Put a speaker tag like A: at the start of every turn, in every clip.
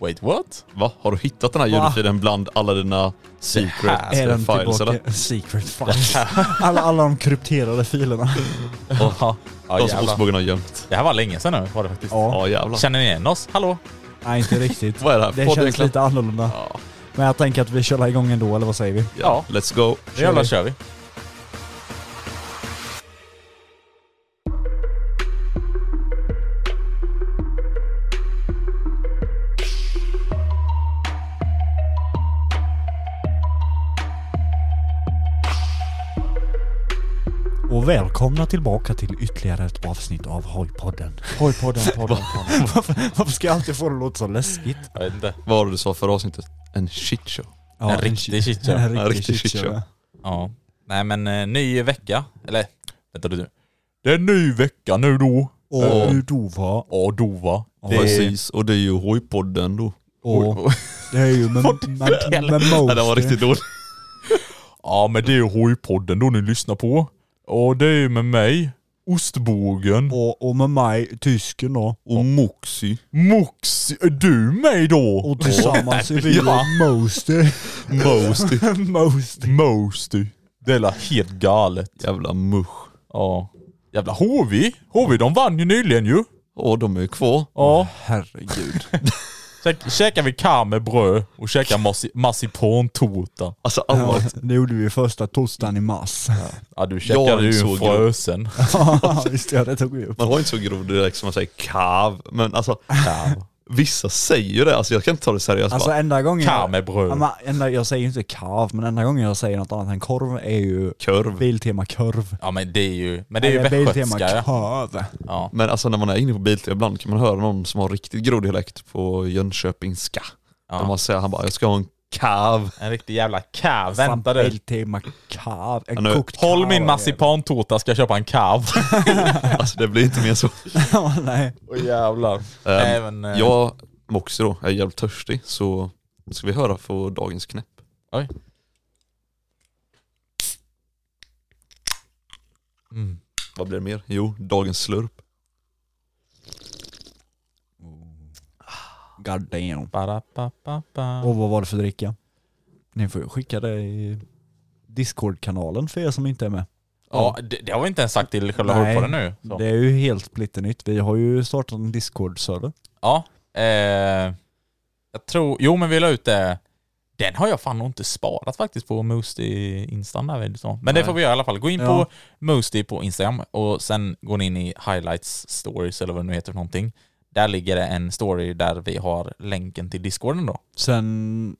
A: Wait what? Va? Har du hittat den här ljudfilen bland alla dina secret
B: Är den
A: files eller?
B: tillbaka? Secret files. Alla, alla de krypterade filerna.
C: Ja,
A: De som
C: jävlar.
A: ostbågen har gömt.
C: Det här var länge sedan nu var det faktiskt.
B: Ja.
A: Ja jävlar.
C: Känner ni igen oss? Hallå?
B: Nej, inte riktigt.
A: Vad är det här?
B: Det
A: Podden
B: känns
A: klart.
B: lite annorlunda.
A: Ja.
B: Men jag tänker att vi kör igång ändå, eller vad säger vi?
A: Ja, let's go.
C: Nu jävlar kör vi.
B: Och välkomna tillbaka till ytterligare ett avsnitt av Hojpodden. Hojpodden, podden, podden. varför, varför ska jag alltid få det att låta så läskigt?
C: Jag vet inte.
A: Vad var det du sa förra avsnittet? En shitshow.
B: Ja,
C: En riktig
B: shit-
C: shitshow.
B: En
A: En
B: riktig
A: riktig
B: shitshow.
A: shitshow.
B: ja.
C: Ja. Nej men eh, ny vecka. Eller vänta du. Det är en ny vecka nu då.
B: Och
A: Ja.
B: hur dova.
C: Ja då va.
A: Det... Precis, och det är ju hojpodden då.
B: Och det är ju med, med, med, med
A: Nej, det var
B: Mosey.
A: riktigt dåligt.
C: Ja men det är hojpodden då ni lyssnar på. Och det är ju med mig, ostbågen.
B: Och, och med mig, tysken då.
A: Och Moxie.
C: Mox, är du med då?
B: Och tillsammans är vi
C: Ja.
B: Mosey.
A: Mosty.
B: Mosey.
C: Mosty. Det är la helt galet.
A: Jävla musch.
C: Ja. Jävla HV. HV de vann ju nyligen ju.
A: Åh, de är ju kvar.
C: Ja.
B: Herregud.
C: Käk, käkar vi kar med bröd och käkar massi- massipontårta.
A: Alltså
B: Ja,
A: alla...
B: det gjorde vi första torsdagen i mars.
C: Ja du
A: Jag
C: käkade ju
A: såg
C: en frösen.
B: Ja, Visst ja, det tog vi upp.
A: Man har inte så grov direkt som man säger kav, men alltså vissa säger ju det. Alltså jag kan inte ta det seriöst
B: Alltså
A: bara.
B: enda gången...
C: Kar med bröd.
B: Ja, men enda, jag säger ju inte kav, men enda gången jag säger något annat än korv är ju
A: Kurv.
B: Biltema kurv.
C: Ja men det är ju, men det är ju
B: Eller
C: västgötska ja.
B: kurv.
C: ja.
A: Men alltså när man är inne på Biltema ibland kan man höra någon som har riktigt grov dialekt på jönköpingska. Där man säger, han bara jag ska ha en kav.
C: En riktig jävla kav.
B: Fan,
C: Vänta du.
B: Biltema kurv. En
A: Ja, nu-
B: kokt
C: Håll
B: korv är
C: min
B: det.
C: massipontårta ska jag köpa en kav.
A: Alltså det blir inte mer så.
B: Ja, nej.
C: Åh jävlar. Nej, men, eh,
A: Ehm, jag, Moxie då, är jävligt törstig så ska vi höra på dagens knäpp.
C: Mm.
A: Vad blir det mer? Jo, dagens slurp.
B: God damn.
C: Ba-da-ba-ba-ba.
B: Och vad var det för dricka? Ni får ju skicka det i Discord-kanalen för er som inte är med.
C: Ja, det, det har vi inte ens sagt till själva
B: Nej,
C: hörpodden nu. Så.
B: Det är ju helt splitternytt. Vi har ju startat en Discord-server.
C: Ja. Eh, jag tror, jo men vi la ut det. Den har jag fan nog inte sparat faktiskt på Moosty Instan där. vid, så. Men det
A: Nej.
C: får vi göra i alla fall. Gå in
B: Ja.
C: på Moosty på Instagram och sen går ni in i highlights stories eller vad det nu heter för någonting. Där ligger det en story där vi har länken till discorden då.
B: Sen,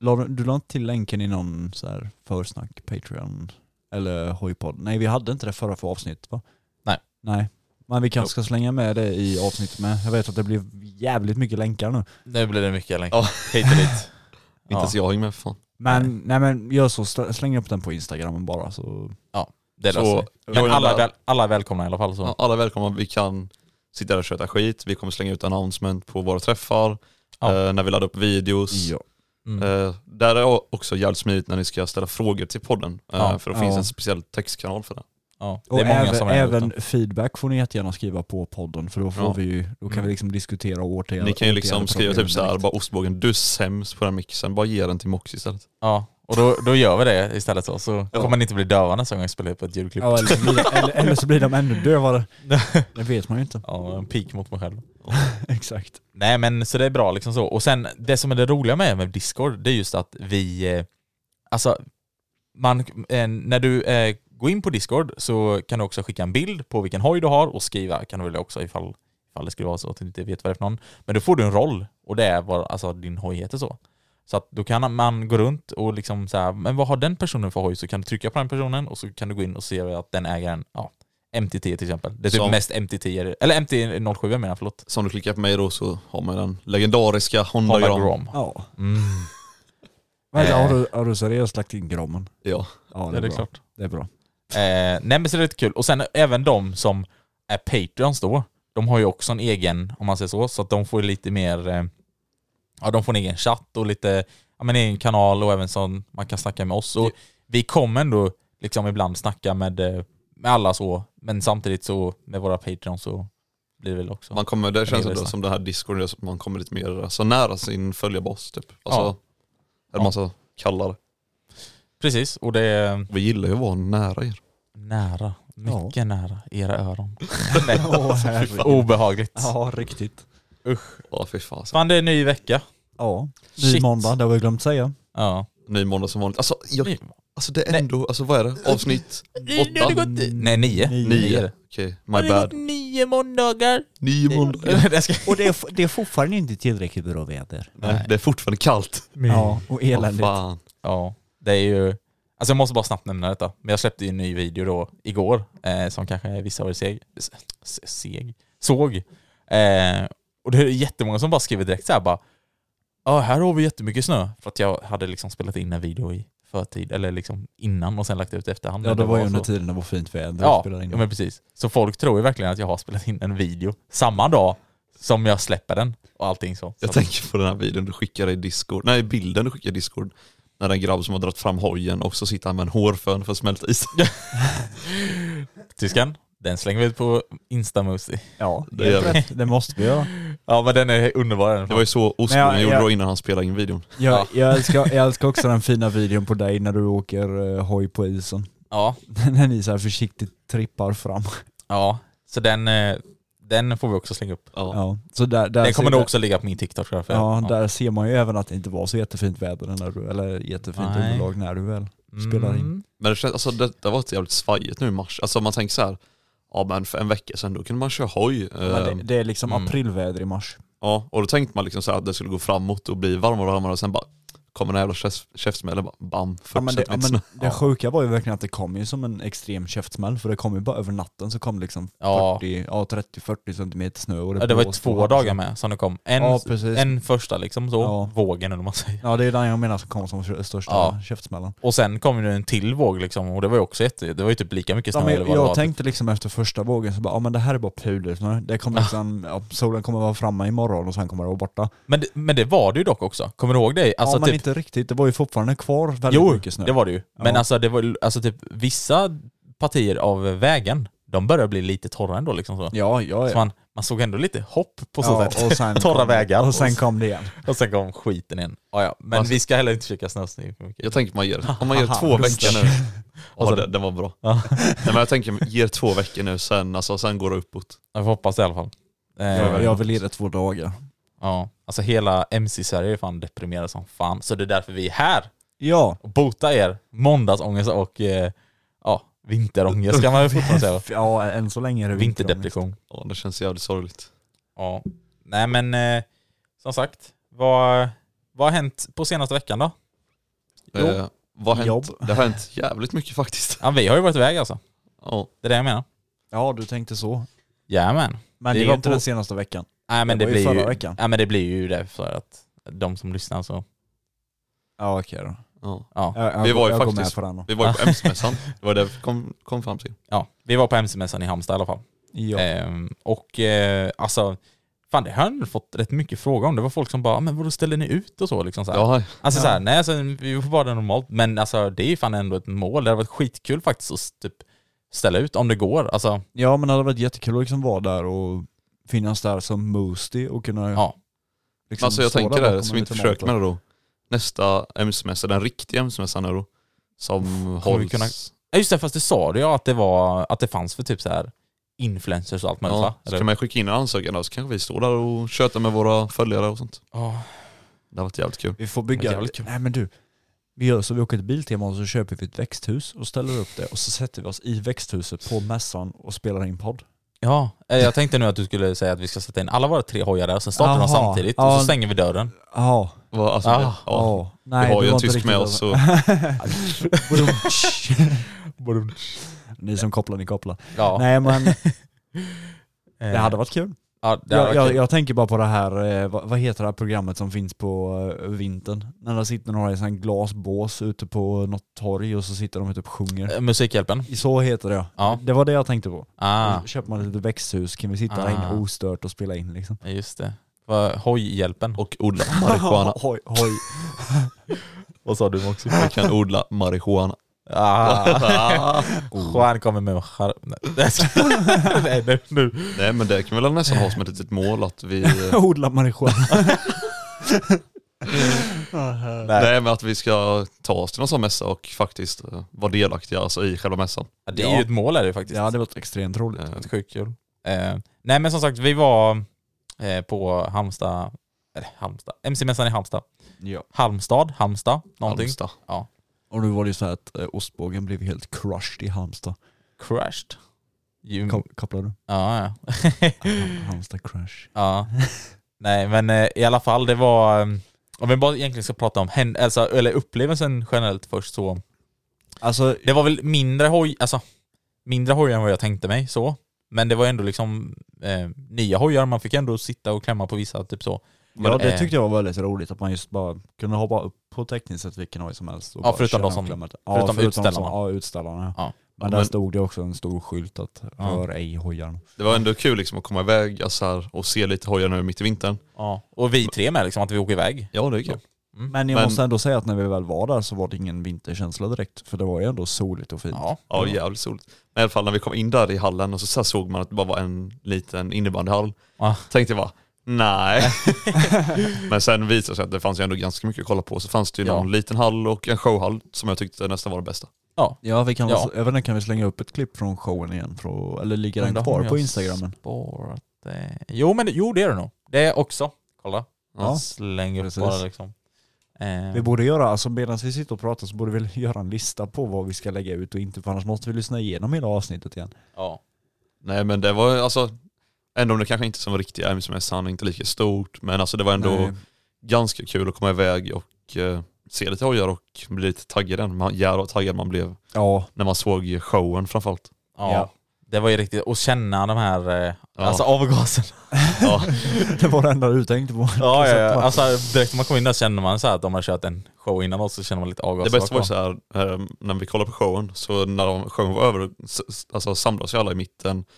B: la, du- du la inte till länken i någon så här försnack, Patreon eller hojpodd? Nej vi hade inte det förra för avsnitt va?
C: Nej.
B: Nej. Men vi kanske ska slänga med det i avsnittet med. Jag vet att det blir jävligt mycket länkar nu.
C: Nu blir det mycket länkar.
A: Ja.
C: Hit och dit.
A: Inte ens jag hänger med för fan.
B: Men nej men gör så, sl- släng upp den på instagramen bara så
C: Ja. Det
A: Så-
C: löser sig.
A: jag
C: Men
A: är
C: alla, är
A: där.
C: väl, alla är välkomna i alla fall. Så.
A: Ja, alla är välkomna, vi kan sitta där och köta skit, vi kommer slänga ut announcement på våra träffar,
C: Ja.
A: eh, när vi laddar upp videos.
B: Ja.
C: Mm.
A: Eh, där är också jävligt smidigt när ni ska ställa frågor till podden, eh,
C: Ja.
A: för det finns
B: Ja.
A: en speciell textkanal för det.
C: Ja. Det
B: Och
C: är många
B: även,
C: som är
B: även
C: utan.
B: feedback får ni jättegärna skriva på podden för då, får
A: Ja.
B: vi, ju- då kan
A: Mm.
B: vi liksom diskutera och åtgärda
A: Ni kan ju liksom
B: åtgärda
A: skriva typ
B: problemen
A: såhär,
B: direkt.
A: bara ostbågen, du är sämst på den här mixen, bara ge den till Mox istället.
C: Ja. Och då, då gör vi det istället så, så
A: Ja.
C: kommer ni inte bli döva nästa gång jag spelar upp ett ljudklipp.
B: Ja, eller, så blir de, eller, eller så blir de ännu dövare. Det vet man ju inte.
C: Ja, en pik mot mig själv.
B: Exakt.
C: Nej men så det är bra liksom så. Och sen det som är det roliga med, med Discord, det är just att vi, eh, alltså, man, eh, när du eh, går in på Discord så kan du också skicka en bild på vilken hoj du har och skriva kan du väl också ifall, ifall det skulle vara så att du inte vet vad det är för någon. Men då får du en roll och det är vad alltså, din hoj heter så. Så att då kan man gå runt och liksom så här, men vad har den personen för hoj? Så kan du trycka på den personen och så kan du gå in och se att den äger en, ja, MT10 till exempel. Det är typ
A: Som-
C: mest MT10, eller MT07 jag menar, förlåt.
A: Som du klickar på mig då så har man den legendariska Honda
C: Honda
A: Gram.
C: Grom.
B: Ja.
C: Mm.
B: Vänta,
C: Eh.
B: har, du, har du seriöst lagt in grommen?
A: Ja.
B: Ja,
C: Ja, det är
B: bra.
C: klart.
B: Det är bra.
C: Eh, nej men så det är lite kul. Och sen även de som är Patreons då, de har ju också en egen, om man säger så, så att de får ju lite mer, eh, ja de får en egen chatt och lite, ja men egen kanal och även sån, man kan snacka med oss. Och vi kommer ändå liksom ibland snacka med, eh, med alla så, men samtidigt så med våra Patreons så blir det väl också.
A: Man kommer, det känns
C: det är
A: ändå
C: så.
A: som den här discorden, det är så att man kommer lite mer så nära sin följarbas typ. Alltså,
C: Ja.
A: är det massa kallar.
C: Precis, och det är
A: Vi gillar ju att vara nära er.
C: nära,
B: Ja.
C: mycket nära era öron.
B: Åh,
C: Nej,
B: herregud.
C: obehagligt.
B: Ja, riktigt.
A: Ja fy fan. Så.
C: Fan det är en ny vecka.
B: Ja. Ny
C: Shit.
B: måndag, det har vi glömt säga.
C: Ja.
A: Ny måndag som vanligt. Alltså, jag, alltså det är
C: Nej.
A: ändå, alltså vad är det? Avsnitt åtta?
C: Nej, nio.
B: Nio.
A: Nio. Okej, my bad.
C: nio måndagar.
A: Nio måndagar.
C: Jag ska-
B: Och det är, det är fortfarande inte tillräckligt bra väder.
A: Nej, det är fortfarande kallt.
B: Ja,
C: Mm.
B: och eländigt.
A: Åh, fan.
C: Ja, det är ju... Alltså jag måste bara snabbt nämna detta. Men jag släppte ju en ny video då igår, eh, som kanske vissa av er seg, s- s- seg, såg. Eh, och det är jättemånga som bara skriver direkt så här bara Ja, här har vi jättemycket snö. För att jag hade liksom spelat in en video i förtid, eller liksom innan och sen lagt ut efterhand.
B: Ja, det var ju under
C: så.
B: tiden det var fint väder.
C: Ja,
B: och spelade in.
C: ja men precis. Så folk tror ju verkligen att jag har spelat in en video samma dag som jag släpper den och allting så.
A: Jag
C: så
A: tänker på den här videon du skickade i Discord, nej bilden du skickade i Discord. När det är en grabb som har dragit fram hojen och så sitter han med en hårfön för att smälta is.
C: tyskan, den slänger vi ut på Instamusi.
B: ja
A: det gör
B: helt
A: vi.
B: rätt. det måste vi göra.
C: Ja men den är underbar den.
A: Det var ju så
B: Men
A: Osbogen
B: jag-
A: gjorde
B: jag-
A: då innan han spelade in videon.
B: Jag, jag, älskar, jag älskar också den fina videon på dig när du åker uh, hoj på isen.
C: Ja,
B: när ni så här försiktigt trippar fram.
C: ja. Så den, eh, den får vi också slänga upp.
B: Ja. Så där, där
C: Den kommer
B: ser,
C: nog också ligga på min TikTok tror jag. För
B: Ja, där ser man ju även att det inte var så jättefint väder när du, eller jättefint
C: Nej.
B: underlag när du väl spelar in.
C: Mm.
A: Men det känns, alltså detta var ett jävligt svajigt nu i mars. Alltså man tänker så här, ja men för en vecka sedan då kunde man köra hoj.
B: Men
A: Ehm,
B: det, det är liksom
C: Mm.
B: aprilväder i mars.
A: Ja, och då tänkte man liksom så här att det skulle gå framåt och bli varmare och varmare och sen bara kommer den här jävla käfts- käftsmällen bara bam,
B: Ja, men det, ja,
A: fortsätter
B: men
A: ja,
B: det sjuka var ju verkligen att det kom ju som en extrem käftsmäll för det kom ju bara över natten så kom det liksom
C: Ja.
B: 40, ja 30-40 centimeter snö och det,
C: Ja, det var ju
B: blåste
C: två
B: och-
C: dagar med som det kom. En,
B: Ja, precis.
C: en första liksom så,
B: Ja.
C: vågen eller vad man säger.
B: Ja det är den jag menar som kom som kö- största
C: Ja.
B: käftsmällen.
C: Och sen kom det en till våg liksom och det var ju också jätte, det var ju typ lika mycket snö
B: Ja, men
C: eller
B: jag
C: vad det var.
B: jag
C: typ.
B: tänkte liksom efter första vågen så bara, ja men det här är bara pudersnö. Det kommer liksom, ja, solen kommer vara framme imorgon och sen kommer det vara borta.
C: Men, det- men det var det ju dock också. Kommer du ihåg det? Alltså
B: ja men
C: typ,
B: inte riktigt, det var ju fortfarande kvar väldigt
C: jo,
B: mycket snö.
C: det var det ju. Men
B: Ja.
C: alltså, det var, alltså typ vissa partier av vägen, de började bli lite torra ändå liksom så.
B: Ja, ja,
C: så
B: ja.
C: man, man såg ändå lite hopp på så
B: ja
C: sätt.
B: och sen
C: torra
B: kom,
C: vägar.
B: Och sen kom det igen.
C: och sen kom skiten igen. Ja, ja. Men
A: Alltså-
C: vi ska heller inte försöka snösnö för mycket.
A: Jag tänker man ger, om man ger
B: Haha,
A: två
B: just det.
A: veckor nu. Ja, det, det var bra. Nej, men jag tänker ger två veckor nu sen, alltså, sen går det uppåt.
C: Jag får hoppas det i alla fall. Eh,
B: Jag, jag vill ge det två dagar.
C: ja. Alltså hela MC-Sverige är fan deprimerad som fan. Så det är därför vi är här
B: Ja.
C: och botar er måndagsångest och eh, ja, vinterångest kan man väl fortfarande säga. va?
B: Ja, än så länge är det vinterångest.
C: Vinterdepression.
A: Ja, det känns jävligt sorgligt.
C: Ja. Nej men eh, som sagt, vad, vad har hänt på senaste veckan då? Jo.
A: Eh, vad har hänt?
B: Jobb.
A: Det har hänt jävligt mycket faktiskt.
C: Ja, vi har ju varit iväg alltså.
A: Ja,
C: Det är det jag menar.
B: Ja, du tänkte så.
C: Jajamän.
B: Men
C: Vi
B: det är
C: var
B: inte
C: på-
B: den senaste veckan.
C: Nej men
B: Det
C: det,
B: var ju
C: blir ju...
B: förra veckan.
C: Ja men det blir ju det för att de som lyssnar så...
B: Ja, okej då.
A: Ja.
C: Ja.
B: Jag, jag,
A: Vi var ju
B: jag går
A: faktiskt-
B: med på den då.
A: Vi var ju på MC-mässan. Det var det vi kom, kom fram till.
C: ja, vi var på MC-mässan i Halmstad i alla fall.
B: Ja.
C: Ehm, och eh, alltså, fan det har jag ändå fått rätt mycket frågor om. Det var folk som bara, "Ah, men vadå ställer ni ut och så liksom så här.
A: Ja,
C: Alltså så här, nej alltså, vi får bara det normalt. Men alltså det är ju fan ändå ett mål. Det hade varit skitkul faktiskt att typ ställa ut om det går. Alltså
B: ja men det hade varit jättekul att liksom vara där och finnas där som Moostie och kunna
C: ja.
B: liksom
A: alltså jag
B: stå
A: tänker
B: där
A: det, här,
B: bakom
A: som
B: en
A: inte
B: liten
A: försökt med
B: motor.
A: det då. Nästa MC-mässa, den riktiga MC-mässan här då. Som
C: kommer vi
A: hålls...
C: kunna- Ja, Just det, fast det sa du ja att det var, att det fanns för typ så här influencers och allt möjligt va?
A: Ja, så
C: Eller-
A: kan man skicka in en ansökan där så kanske vi står där och tjötar med våra följare och sånt.
C: Ja.
A: Det har varit jävligt kul.
B: Vi får
C: Det är
B: bygga...
C: jävligt kul.
B: Nej men du. Vi gör så, vi åker till Biltema och så köper vi ett växthus och ställer upp det och så sätter vi oss i växthuset på mässan och spelar in podd.
C: Ja, eh, jag tänkte nu att du skulle säga att vi ska sätta in alla våra tre hojar där, sen startar de
B: Jaha.
C: samtidigt och
B: Ja.
C: så stänger vi dörren.
B: Ja.
A: Vad- Alltså,
C: Ah,
A: det- ja.
B: ja. Nej,
A: vi har
B: det
A: ju en
B: var inte
A: tysk
B: riktigt
A: med
B: vad-
A: oss så
B: Ni som kopplar, ni kopplar.
C: Ja,
B: Nej men
C: eh,
B: det hade varit kul.
C: ja, det hade
B: Jag,
C: varit
B: jag,
C: kul.
B: jag tänker bara på det här, eh, vad, vad heter det här programmet som finns på eh, vintern? När det sitter några i sån här glasbås ute på något torg och så sitter de och typ sjunger.
C: Eh, Musikhjälpen.
B: Så heter det
C: Ja.
B: Det var det jag tänkte på.
C: Ah,
B: Och så Köper man ett litet växthus kan vi sitta där
C: Ah.
B: inne ostört och spela in liksom.
C: just det. Vad- Hojhjälpen.
A: och odla marijuana.
B: Hoj, hoj.
C: Vad sa du också?
A: Vi kan odla marijuana.
C: Ah. Juan kommer med och skär... Nej, nej, nej, nu.
A: Nej men det kan vi väl nästan ha som ett litet mål att vi...
B: Odla marijuana.
A: Nej men att vi ska ta oss till någon sån mässa och faktiskt eh, vara delaktiga alltså, i själva mässan.
C: Ja, Det är ju ett mål är det faktiskt.
B: Det hade varit extremt roligt.
A: Eh,
C: Ett Sjukt kul. Eh, nej men som sagt, vi var eh, på Halmstad, eller Halmstad, MC-mässan i Halmstad.
B: Ja.
C: Halmstad, Halmstad, någonting.
A: Halmstad.
B: Och nu var det ju så här att eh, ostbågen blev helt crushed i Halmstad.
C: Crushed. You,
B: Kom, kopplar du?
C: ja, ja.
B: Halmstad crush.
C: ja. Nej men eh, i alla fall, det var, eh, om vi bara egentligen ska prata om hän- alltså, eller upplevelsen generellt först så,
B: Alltså,
C: det var väl mindre hoj, alltså mindre hojar än vad jag tänkte mig så. Men det var ändå liksom eh, nya hojar, man fick ändå sitta och klämma på vissa typ så.
B: ja,
C: eh,
B: det tyckte jag var väldigt roligt, att man just bara kunde hoppa upp på tekniskt sett vilken hoj som helst. och
C: Ja,
B: bara
C: förutom
B: köra
C: de som-
B: och klämma till-
C: förutom
B: de som-
C: utställarna.
B: Ja, utställarna.
C: Ja.
B: Men där stod det också en stor skylt att rör ej hojarna.
A: Det var ändå kul liksom att komma iväg alltså, här, och se lite hojar nu mitt i vintern.
C: Ja. Och vi tre med liksom, att vi åker iväg.
A: Ja det är kul.
B: Men jag
A: Men-
B: måste ändå säga att när vi väl var där så var det ingen vinterkänsla direkt, för det var ju ändå soligt och fint.
C: Ja.
A: Ja jävligt soligt. Men i alla fall när vi kom in där i hallen och så, så här såg man att det bara var en liten innebandyhall.
C: Ja.
A: Tänkte jag bara, nej. Men sen visade det sig att det fanns ju ändå ganska mycket att kolla på. Så fanns det ju
C: Ja.
A: någon liten hall och en showhall som jag tyckte nästan var det bästa.
C: Ja.
B: Ja, vi kan
C: Ja.
B: Jag vet inte, kan vi slänga upp ett klipp från showen igen? Från, eller ligger den
C: Undrar om
B: kvar på
C: jag
B: instagramen?
C: sparat det. Jo, men det- jo, det är det nog. Det är också. Kolla.
B: Ja,
C: Släng upp
B: precis.
C: bara liksom. Eh,
B: Vi borde göra, alltså medan vi sitter och pratar så borde vi göra en lista på vad vi ska lägga ut och inte, för annars måste vi lyssna igenom hela avsnittet igen.
C: ja.
A: Nej men det var alltså, ändå om det kanske inte som var riktiga MC-mässan, inte lika stort. Men alltså det var ändå
B: Nej.
A: ganska kul att komma iväg och eh, se lite hojar och bli lite taggad än. Man, jävlar vad taggad man blev
B: Ja,
A: när man såg showen framförallt.
C: ja.
B: Ja.
C: Det var ju riktigt, och känna de här, eh,
A: Ja.
C: alltså avgaserna.
A: Ja,
B: det var det enda du tänkte på.
C: Ja, ja,
B: Exakt, va?
C: Alltså direkt när man kommer in där känner man så här att de har kört en show innan oss så känner man lite
A: det
C: avgaser.
A: bästa var ju
C: bakom.
A: så här, eh, när vi kollade på showen, så när de, showen var över s- s- alltså, samlades ju alla i mitten så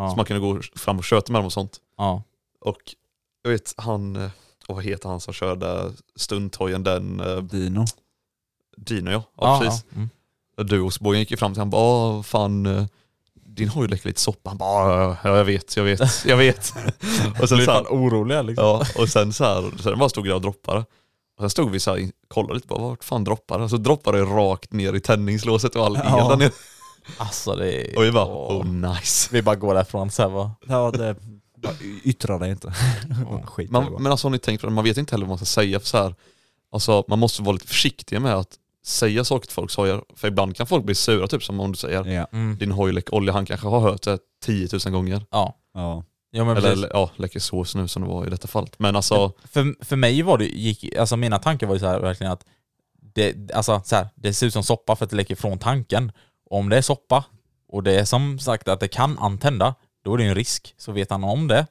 C: Ja.
A: man kunde gå fram och köta med dem och sånt.
C: Ja.
A: Och jag vet han, eh, och vad heter han som körde stunthojen, den eh,
B: Dino.
A: Dino ja, ja,
C: Ja,
A: precis.
C: ja. Mm.
A: duosbågen gick ju fram till honom och bara "Ah, fan eh, din hoj läcker lite soppa. Han bara "Ah, ja, jag vet, jag vet, jag vet. och sen
C: Blir
A: så här,
C: fan oroliga liksom.
A: ja, och sen så här, sen bara stod jag och droppade. Och sen stod vi så här, in- kollade lite bara vart fan droppade det? Och så droppade det rakt ner i tändningslåset och all el
B: Ja.
A: där nere.
C: Alltså det är...
A: Och vi bara
C: Åh.
A: oh nice.
C: Vi bara går därifrån så här va.
B: Ja, det yttrar dig inte. Skit i det
A: Man,
B: bara.
A: men alltså har ni tänkt på det, man vet inte heller vad man ska säga för så här, alltså man måste vara lite försiktig med att säga saker till folk så jag, för ibland kan folk bli sura typ som om du säger
B: Ja,
C: Mm.
A: din hoj läcker olja, han kanske har hört det 10 000 gånger.
C: Ja.
B: ja.
C: ja men
A: Eller
C: precis.
A: eller, ja, läcker sås nu som det var i detta fallet. Men alltså,
C: för, för mig var det, gick, alltså mina tankar var ju så här verkligen att det, alltså så här, det ser ut som soppa för att det läcker från tanken. Och om det är soppa och det är som sagt att det kan antända, då är det ju en risk. Så vet han om det,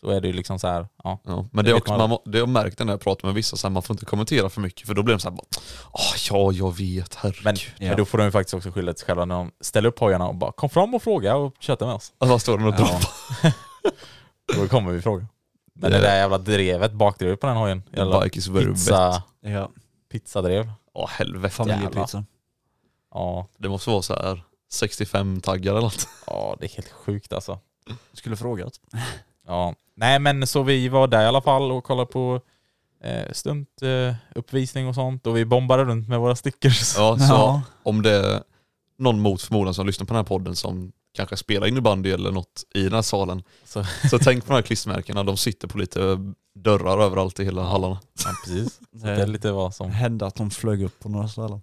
C: så Då är det ju liksom så här, ja.
A: Ja, men det,
C: Det
A: är
C: vet
A: också,
C: man
A: man, må- det har jag märkt när jag pratar med vissa, så här, man får inte kommentera för mycket för då blir de så här, bara, "Ah, ja jag vet, herregud.
C: Men,
B: Ja.
C: men då får de ju faktiskt också skylla sig själva när de ställer upp hojarna och bara kom fram och fråga och köta med oss.
A: Alltså, vad står de och
C: Ja.
A: droppar?
C: Då kommer vi fråga. Men
A: Det-
C: det där jävla drevet, bakdrevet på den hojen. Jävla
A: Bike is very best.
C: pizza,
B: Ja,
C: pizzadrev.
A: Åh helvete.
B: familjepizza.
C: Ja,
A: Det måste vara så här 65 taggar eller något.
C: ja, det är helt sjukt alltså.
B: Skulle frågat.
C: Ja. Nej men så vi var där i alla fall och kollade på eh, stunt, eh, uppvisning och sånt och vi bombade runt med våra stickers.
A: Ja, så
B: Ja.
A: om det är någon mot förmodan som lyssnar på den här podden som kanske spelar innebandy eller något i den här salen.
C: Så-
A: Så, tänk på de här klistermärkena, de sitter på lite dörrar överallt i hela hallarna.
C: Ja, precis. Så
B: Det-
C: det är lite vad som...
B: Hände att de flög upp på några ställen.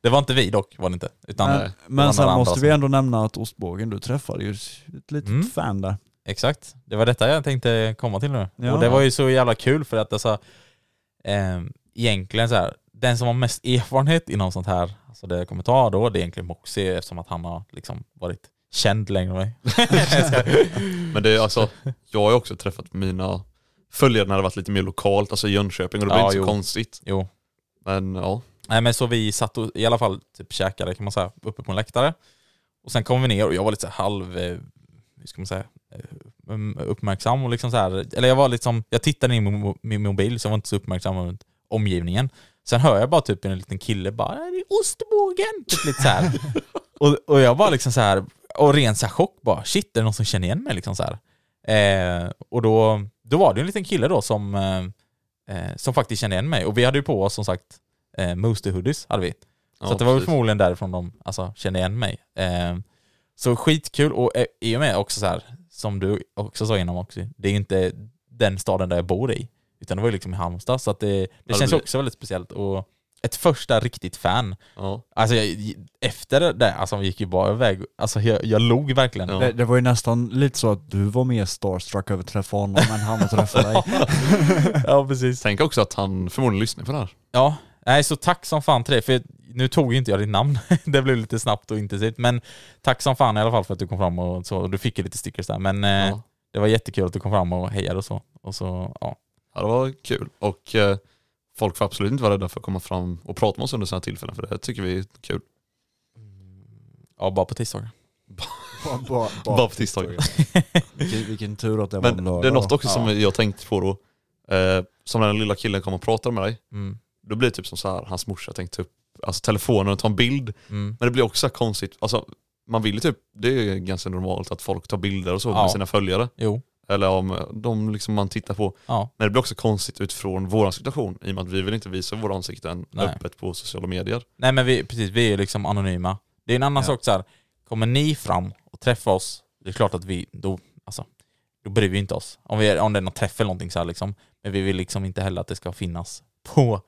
C: Det var inte vi dock, var det inte. Utan,
A: Nej.
C: några
B: Men sen
C: andra
B: måste vi
C: som-
B: ändå nämna att ostbågen, du träffade ju ett litet
C: Mm.
B: fan där.
C: Exakt, det var detta jag tänkte komma till nu.
B: Ja.
C: Och det var ju så jävla kul för att alltså, eh, egentligen så här, den som har mest erfarenhet inom sånt här, alltså det jag kommer ta då, det är egentligen Moxie eftersom att han har liksom varit känd längre än mig. Jag skojar.
A: Men det är alltså, jag har ju också träffat mina följare när det varit lite mer lokalt, alltså i Jönköping och det blir
C: Ja,
A: inte så
C: jo.
A: konstigt.
C: jo.
A: Men ja,
C: Nej men så vi satt och, i alla fall typ käkade kan man säga, uppe på en läktare. Och sen kom vi ner och jag var lite så här halv, eh, hur ska man säga, eh, um, uppmärksam och liksom så här, eller jag var liksom, jag tittade in i mo- min mobil så jag var inte så uppmärksam runt omgivningen. Sen hör jag bara typ en liten kille bara "Är det ostbågen?” typ lite så här. och, och jag bara liksom så här, och ren så här chock bara, shit är det någon som känner igen mig liksom så här. Eh, och då, då var det en liten kille då som, eh, eh, som faktiskt kände igen mig och vi hade ju på oss som sagt eh, Moostie hoodies hade vi.
A: Ja,
C: så att det var väl
A: precis.
C: förmodligen därifrån de alltså, kände igen mig. Eh, så skitkul och eh, i och med också så här, som du också sa innan också, det är ju inte den staden där jag bor i. Utan det var ju liksom i Halmstad så att det, det
A: det
C: känns
A: blir-
C: också väldigt speciellt. Och ett första riktigt fan.
A: ja.
C: Alltså jag, efter det, alltså vi gick ju bara iväg, alltså jag, jag log verkligen.
A: Ja.
B: Det, Eh, det var ju nästan lite så att du var mer starstruck över att träffa honom än han att träffa dig.
C: ja precis.
A: Tänk också att han förmodligen lyssnar på det här.
C: Ja, nej så tack som fan till dig. För jag- nu tog ju inte jag ditt namn. det blev lite snabbt och intensivt. Men tack som fan i alla fall för att du kom fram och så. Och du fick ju lite stickers där. Men eh,
A: Ja.
C: det var jättekul att du kom fram och hejade och så. Och så ja.
A: Ja, det var kul. Och eh, folk får absolut inte vara rädda för att komma fram och prata med oss under sådana här tillfällen för det tycker vi är kul.
C: ja, bara på tisdagar.
B: Bara, bara,
A: Bara på tisdagar.
B: Vilken, vilken tur att det var en
A: Men
B: lördag.
A: det är något också
C: Ja.
A: som jag tänkt på då. Eh, som när den lilla killen kom och pratade med dig.
C: Mm.
A: Då blir det typ som så här, hans morsa tänkte upp alltså, telefonen och ta en bild.
C: Mm.
A: Men det blir också så här konstigt. Alltså, man vill ju typ, det är ganska normalt att folk tar bilder och så
C: Ja.
A: med sina följare.
C: Jo,
A: Eller om de liksom man tittar på.
C: ja.
A: Men det blir också konstigt utifrån vår situation i och med att vi vill inte visa våra ansikten
C: Nej.
A: öppet på sociala medier.
C: Nej men vi, precis, vi är ju liksom anonyma. Det är en annan
B: Ja.
C: sak så här. kommer ni fram och träffa oss, det är klart att vi, då, alltså, då bryr vi inte oss. Om, vi är, om det är någon träff eller någonting så här liksom. Men vi vill liksom inte heller att det ska finnas på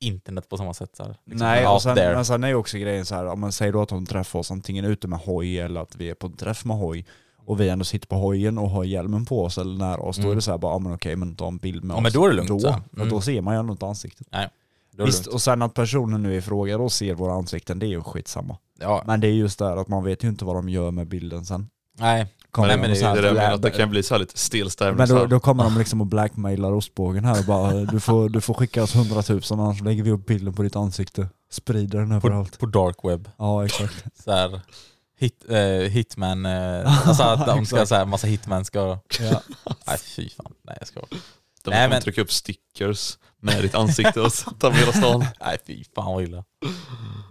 C: internet på samma sätt. Så här, liksom,
B: Nej,
C: out
B: och sen,
C: there.
B: men sen är ju också grejen så här, om man säger då att de träffar oss antingen ute med hoj eller att vi är på en träff med hoj och vi ändå sitter på hojen och har hjälmen på oss eller nära oss, då
C: Mm.
B: är det så här bara, ja men okej, men ta en bild med
C: Ja,
B: oss.
C: men då är det lugnt,
B: Då,
C: så här.
B: för
C: Mm.
B: då ser man ju ändå inte ansiktet.
C: Då är det
B: Visst,
C: lugnt.
B: och sen att personen nu i fråga då ser våra ansikten, det är ju skitsamma.
C: ja.
B: Men det är just där att man vet ju inte vad de gör med bilden sen.
C: Nej,
B: Kommer
C: Nej,
B: de
C: men
B: och
C: det är
B: så här,
A: Det är det jag
B: "Lä-
A: menar, att det kan bli så här lite stel stämning.
B: men
A: så
B: då,
A: här.
B: då kommer de liksom och blackmailar ostbågen här och bara du får, du får skicka oss 100 000 annars lägger vi upp bilden på ditt ansikte. Sprider den
C: på,
B: överallt.
C: på dark web.
B: Ja exakt.
C: Så här, hit, eh, hitman, eh, alltså att de ska
B: Exakt.
C: så här, massa hitman ska...
B: Ja.
C: Nej fy fan, nej jag ska
A: De
C: Nej,
A: kommer
C: men-
A: trycka upp stickers med ditt ansikte och ta med hela stan.
C: Nej fy fan vad illa.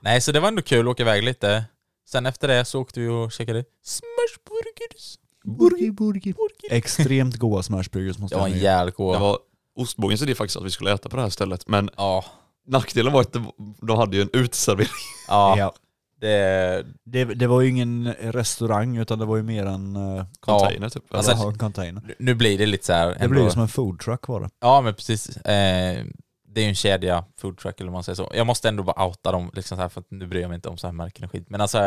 C: Nej så det var ändå kul att åka iväg lite. Sen efter det så åkte vi och käkade smashburgers.
B: Burgi, burgi. Extremt goda smashburgers måste
C: Det var
B: jag
C: en
B: säga.
C: jävligt
A: Det
C: god...
A: var ostbågens idé faktiskt att vi skulle äta på det här stället men
C: Ja,
A: nackdelen var att det- de hade ju en uteservering.
C: ja,
B: Ja.
C: Det,
B: Det, det var ju ingen eh, restaurang utan det var ju mer en, eh,
A: Container typ. Eller?
C: Alltså,
B: ja, en container.
C: nu blir det lite så här.
B: Det
C: ändå-
B: blev ju som en food truck var det.
C: Ja men precis. Eh, det är ju en kedja, foodtruck eller vad man säger så. Jag måste ändå bara outa dem liksom så här, för att nu bryr jag mig inte om så här märken och skit. Men alltså,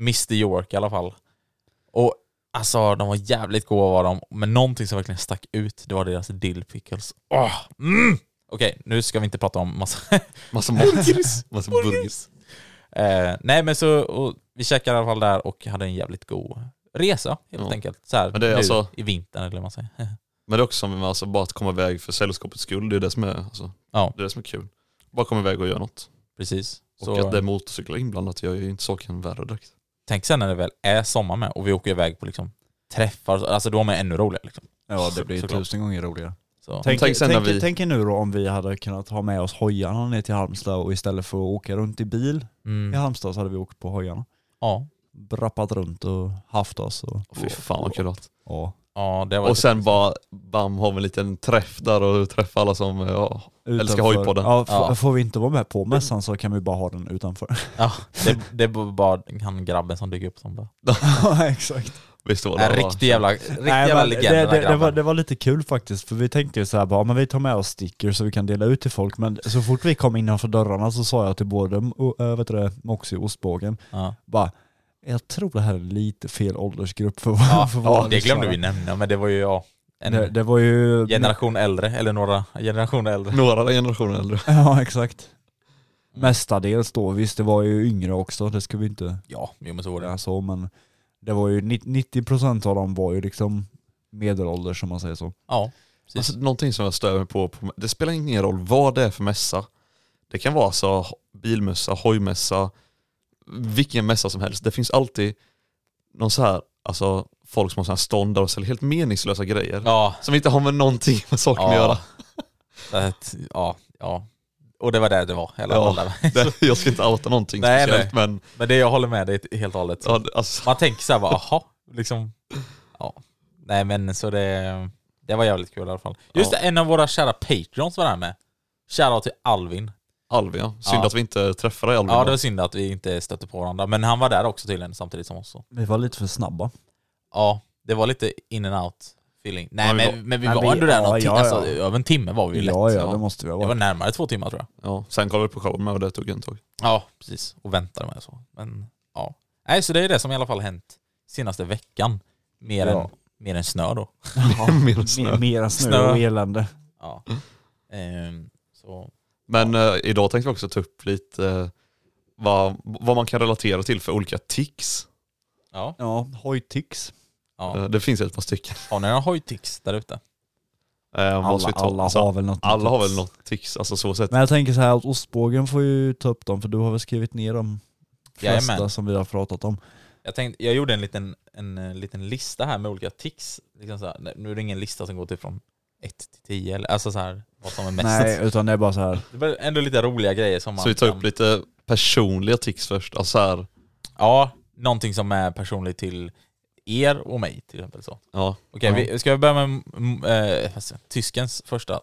C: Mr York i alla fall. Och alltså de var jävligt goda var de. Men någonting som verkligen stack ut, det var deras dill pickles. Åh! Mm! Okej, nu ska vi inte prata om massa
A: massa mat. massa burgers.
C: Eh, nej men så, och vi käkade i alla fall där och hade en jävligt god resa helt
A: Ja.
C: enkelt. Så här,
A: Men det är
C: nu
A: alltså-
C: i vintern eller vad man säger.
A: Men det är också som med, alltså, bara att komma iväg för sällskapets skull, det är det som är, alltså,
C: Ja.
A: det är, det som är kul. Bara komma iväg och göra något.
C: Precis.
A: Och
C: Så,
A: att det är motorcyklar inblandat gör ju inte saken värre direkt.
C: Tänk sen när det väl är sommar med och vi åker iväg på liksom träffar, alltså då är man ännu roligare liksom.
B: Ja det blir
C: Såklart.
B: tusen gånger roligare.
C: Så,
B: Tänk,
A: tänk
B: tänk,
A: sen när vi-
B: tänk er nu då om vi hade kunnat ha med oss hojarna ner till Halmstad och istället för att åka runt i bil
C: mm,
B: i Halmstad så hade vi åkt på hojarna.
C: ja,
B: Brappat runt och haft oss och...
A: Och fy fan vad kul det hade varit.
B: Ja.
C: ja, det var
A: Och sen bara, bam, har vi en liten träff där och träffa alla som, ja, Älskar hojpodden.
B: Ja, f-
C: Ja.
B: Får vi inte vara med på mässan så kan vi bara ha den utanför.
C: ja, det, det var bara han grabben som dök upp som bara,
B: ja exakt.
A: visst var det?
C: en
A: bara-
C: riktig jävla, riktig
B: Nej,
C: jävla
B: men
C: legend den
B: det,
C: här
B: det, det, var,
C: grabben.
B: det var lite kul faktiskt, för vi tänkte ju så här bara, men vi tar med oss stickers så vi kan dela ut till folk, men så fort vi kom innanför dörrarna så sa jag till både äh, vet du det, Moxie och Ostbågen,
C: Ja.
B: bara, jag tror det här är lite fel åldersgrupp för,
C: Ja,
B: för
C: ja, det glömde
B: lyssnare."
C: vi nämna, men det var ju ja, en
B: Det, det var ju...
C: generation äldre, eller några generationer äldre.
A: Några generationer äldre.
B: Ja, exakt.
C: Mm.
B: Mestadels då, visst det var ju yngre också, det ska vi inte
C: Ja, jo men så var det.
B: säga så, men det var ju nitt- 90% av dem var ju liksom medelålders om man säger så.
C: Ja, precis.
A: Alltså, någonting som jag stör mig på, på, det spelar ingen roll vad det är för mässa. Det kan vara alltså bilmässa, hojmässa, vilken mässa som helst. Det finns alltid någon så här, alltså folk som har sådana här stånd där och säljer helt meningslösa grejer.
C: ja,
A: Som inte har med någonting med saken att göra.
C: Att, ja, ja. Och det var där det var, hela
A: Ja.
C: ja.
A: Det, jag ska inte outa någonting
C: Nej,
A: speciellt men
C: Men det jag håller med dig helt och hållet.
A: ja, det- alltså,
C: Man tänker såhär bara, jaha, liksom. Ja. Nej men så det, det var jävligt kul i alla fall. Just
A: Ja.
C: det, en av våra kära patreons var där med. Shoutout till Alvin.
A: Alvin ja. Synd
C: Ja.
A: att vi inte träffade dig Alvin.
C: Ja
A: då.
C: det var synd att vi inte stötte på varandra, men han var där också tydligen samtidigt som oss. så.
B: Vi var lite för snabba.
C: Ja, det var lite in and out feeling. Nej
A: Ja, vi
C: men,
A: var-
C: men vi
B: Men
C: var
B: vi-
C: ändå där
B: ja,
C: någon ti-
B: ja, ja.
C: alltså, över en timme var vi ju lätt.
B: Ja, ja, det måste vi ha
C: Det var
B: varit.
C: närmare två timmar tror jag.
A: ja. Sen kollade vi på showen med och det tog en tag.
C: Ja, precis. Och väntade med så. Men ja. Nej, så det är det som i alla fall hänt senaste veckan. Mer,
B: Ja.
C: än, mer än snö då.
A: Mer snö.
B: Mer, mera snö,
C: Snö.
B: och elände.
C: Ja. Ehm, så.
A: Men eh, idag tänkte vi också ta upp lite eh, vad, vad man kan relatera till för olika tics.
C: Ja.
B: Ja, hojtix.
C: ja.
A: Eh, det finns ett par stycken.
C: Har ni några hojtics där ute?
A: Eh, vad ska
B: Alla,
A: vi ta?
B: alla
A: Alltså,
B: har väl något.
A: alla har
B: tics.
A: väl något tics, alltså så sett.
B: Men jag tänker så här att ostbågen får ju ta upp dem för du har väl skrivit ner de flesta
C: Jajamän.
B: som vi har pratat om.
C: Jag, tänkte, jag gjorde en liten, en, eh, liten lista här med olika tics. Liksom så här, nej, nu är det ingen lista som går till från 1 till 10, eller, alltså så här, vad som är mest.
B: Nej, utan det är bara så här.
C: Det var ändå lite roliga grejer som man liksom-
A: Så vi tar
C: kan-
A: upp lite personliga tics först. Alltså så här,
C: Ja, någonting som är personligt till er och mig till exempel. så.
A: ja.
C: Okej,
B: Ja.
C: vi, ska vi börja med mm, eh, vad säger jag, tyskens första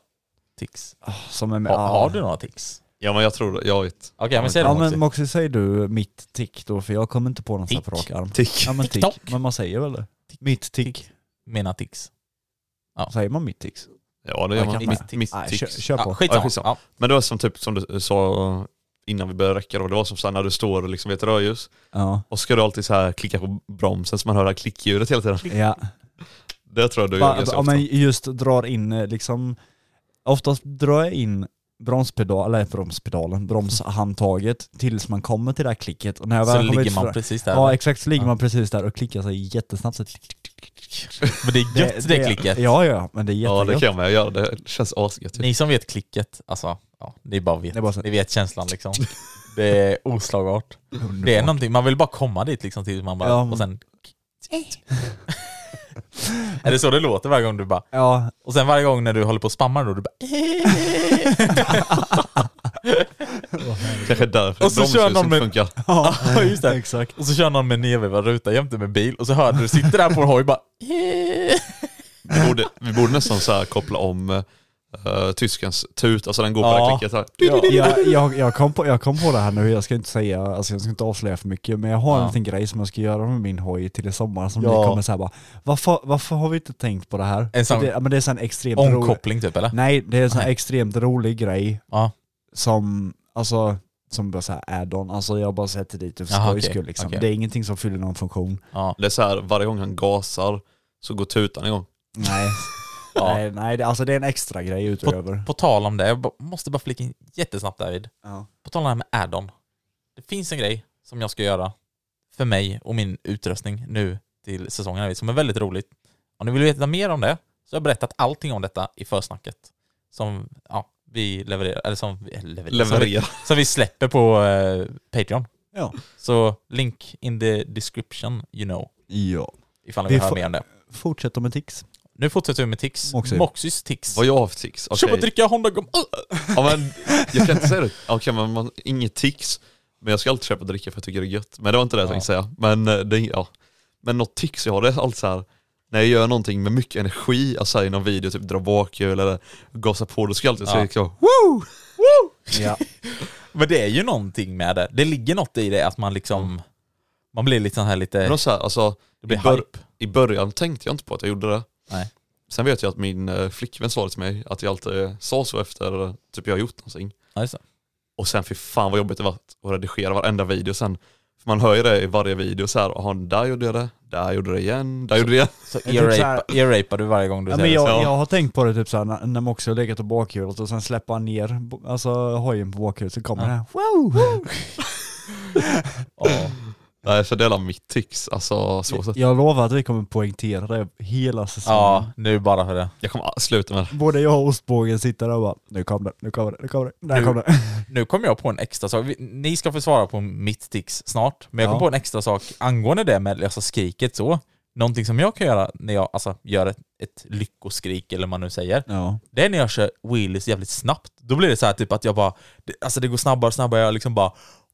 C: tics?
B: Som är med,
C: Ha,
B: ja.
C: Har du några tics?
A: ja men jag tror det, jag vet.
C: Okej, men säg
B: Ja
C: dem
B: men
C: också.
B: Moxie, säg du mitt tick då för jag kommer inte på något så här på
C: Tick.
B: rak arm.
A: Tick.
B: Ja men tick.
C: TikTok.
B: Men man säger väl det? Mitt tick.
C: Mina tics.
B: Säger man mitt tics?
A: Ja det gör
C: Jag
A: man.
C: kan
A: Mitt,
C: inte.
A: mitt
B: Nej, kör,
A: tics.
B: kör
C: Ja,
B: på.
C: skitsamma.
A: Ja, skitsamma.
C: Ja,
A: Men det var som typ som du sa innan vi började räcka då, det var som så här när du står liksom vid ett rödljus
B: Ja.
A: och ska du alltid så här klicka på bromsen så man hör det här klickljudet hela tiden.
B: ja.
A: Det tror jag du gör
B: Va,
A: ganska
B: ja, men
A: ofta.
B: just drar in eh, liksom, oftast drar jag in bromspedal, eller bromspedalen, bromshandtaget tills man kommer till det här klicket. Och när jag
C: så
B: väl kommer
C: ligger
B: ut
C: man
B: för-
C: precis där.
B: Ja exakt, så ligger
C: Ja.
B: man precis där och klickar sig jättesnabbt. Så klick, klick, klick, klick.
C: men det är gött det, klicket.
B: Ja ja, men det är
A: Ja det
B: jättegött.
A: kan jag med göra, det känns asgött. typ. ju.
C: Ni som vet klicket, alltså, ja, ni bara vet.
B: Typ. Det är bara så-
C: Ni vet känslan liksom. Det är oslagbart.
B: Underbart.
C: Det är någonting, man vill bara komma dit liksom tills man bara,
B: Ja, men-
C: och sen... är det så det låter varje gång du bara,
B: Ja,
C: och sen varje gång när du håller på och spammar då, du bara...
A: Kanske därför
C: Och så kör
A: bromsljuset
C: någon
A: inte
C: med-
A: funkar.
C: Ja, just det.
B: exakt.
C: Och så kör någon med nedvevad ruta jämte med bil och så hör du du sitter där på en hoj bara
A: Vi borde, vi borde nästan så här koppla om eh, tyskens tut, alltså den går på
C: Ja.
A: det här klicket så här.
B: Jag, jag, jag, kom på, jag kom på det här nu, jag ska inte säga, alltså jag ska inte avslöja för mycket, men jag har
C: Ja.
B: en liten grej som jag ska göra med min hoj till i sommar som
C: Ja.
B: ni kommer säga bara, varför, varför har vi inte tänkt på det här?
C: En sån-
B: det, ja, men det är så en extremt rolig,
C: Omkoppling typ eller?
B: nej det är en sån här
C: Nej.
B: extremt rolig grej
C: Ja.
B: som, alltså, som bara såhär add-on, alltså jag bara sätter dit det för
C: Jaha,
B: skojs
C: okej,
B: skull liksom.
C: okej.
B: Det är ingenting som fyller någon funktion.
C: Ja.
A: Det är så här, varje gång han gasar så går tutan igång.
B: Nej,
C: ja.
B: nej, nej det, alltså det är en extra grej utöver.
C: På tal om det, jag bara- måste bara flika in jättesnabbt David.
B: Ja.
C: På tal om det här med add-on. Det finns en grej som jag ska göra för mig och min utrustning nu till säsongen här, som är väldigt roligt. Om ni vill veta mer om det så har jag berättat allting om detta i försnacket. Som ja, vi levererar, eller som vi, eh, levererar, Som, vi,
A: Leverera.
C: som vi släpper på eh, Patreon.
B: Ja.
C: Så link in the description you know,
B: ja.
C: ifall ni
B: Vi
C: vill höra
B: får-
C: mer om det.
B: Fortsätt om med tics.
C: Nu fortsätter vi med tics.
B: Moxie.
C: Moxys tics.
A: Vad jag har för tics?
C: Köp och
A: Okej.
C: dricka Honda Gum.
A: Ja, men, jag kan inte säga det. Okej men man, inget tics. Men jag ska alltid köpa och dricka för jag tycker det är gött. Men det var inte det jag tänkte säga. Men, eh, det, ja. men något tics jag har det är allt så här. När jag gör någonting med mycket energi, alltså här i någon video, typ dra bakhjul eller gasa på, då ska jag alltid säga liksom, så, woo!
B: Ja.
C: Men det är ju någonting med det. Det ligger något i det att man liksom,
B: Mm.
C: man blir lite sån här lite...
A: Men då så här, alltså,
C: Eh, Det blir
A: i, bör-
C: hype.
A: I början tänkte jag inte på att jag gjorde det.
C: Nej.
A: Sen vet jag att min eh, flickvän sa det till mig, att jag alltid eh, sa så efter eh, typ jag har gjort någonting.
C: Ja, just det.
A: Och sen fy fan vad jobbigt det var att redigera varenda video sen. För man hör ju det i varje video så här, aha, där gjorde jag det, där gjorde jag det igen, där gjorde jag det igen.
C: Så
B: Jag tycker så här-
C: ear-rapa- ear-rapar du varje gång du
B: Ja,
C: säger
B: men
C: det.
A: så.
B: jag, jag har tänkt på det typ såhär när, när Moxie har legat på bakhjulet och sen släpper han ner bo- alltså, hojen på bakhjulet så kommer
C: Ja.
B: det här wow!
C: Ja.
A: Nej så det är alla mitt tics, alltså så sett.
B: Jag lovar att vi kommer poängtera det hela säsongen.
C: ja, nu bara för det.
A: Jag kommer a- sluta med det.
B: Både jag och ostbågen sitter där och bara nu kommer det, nu kommer det, nu kommer det, där kommer det.
C: Nu kom jag på en extra sak. Vi- Ni ska få svara på mitt tics snart, men jag kom
B: Ja.
C: på en extra sak angående det med alltså, skriket så. Någonting som jag kan göra när jag alltså, gör ett, ett lyckoskrik eller vad man nu säger,
B: Ja.
C: det är när jag kör wheelies jävligt snabbt. Då blir det så här typ att jag bara, det, alltså det går snabbare och snabbare, jag liksom bara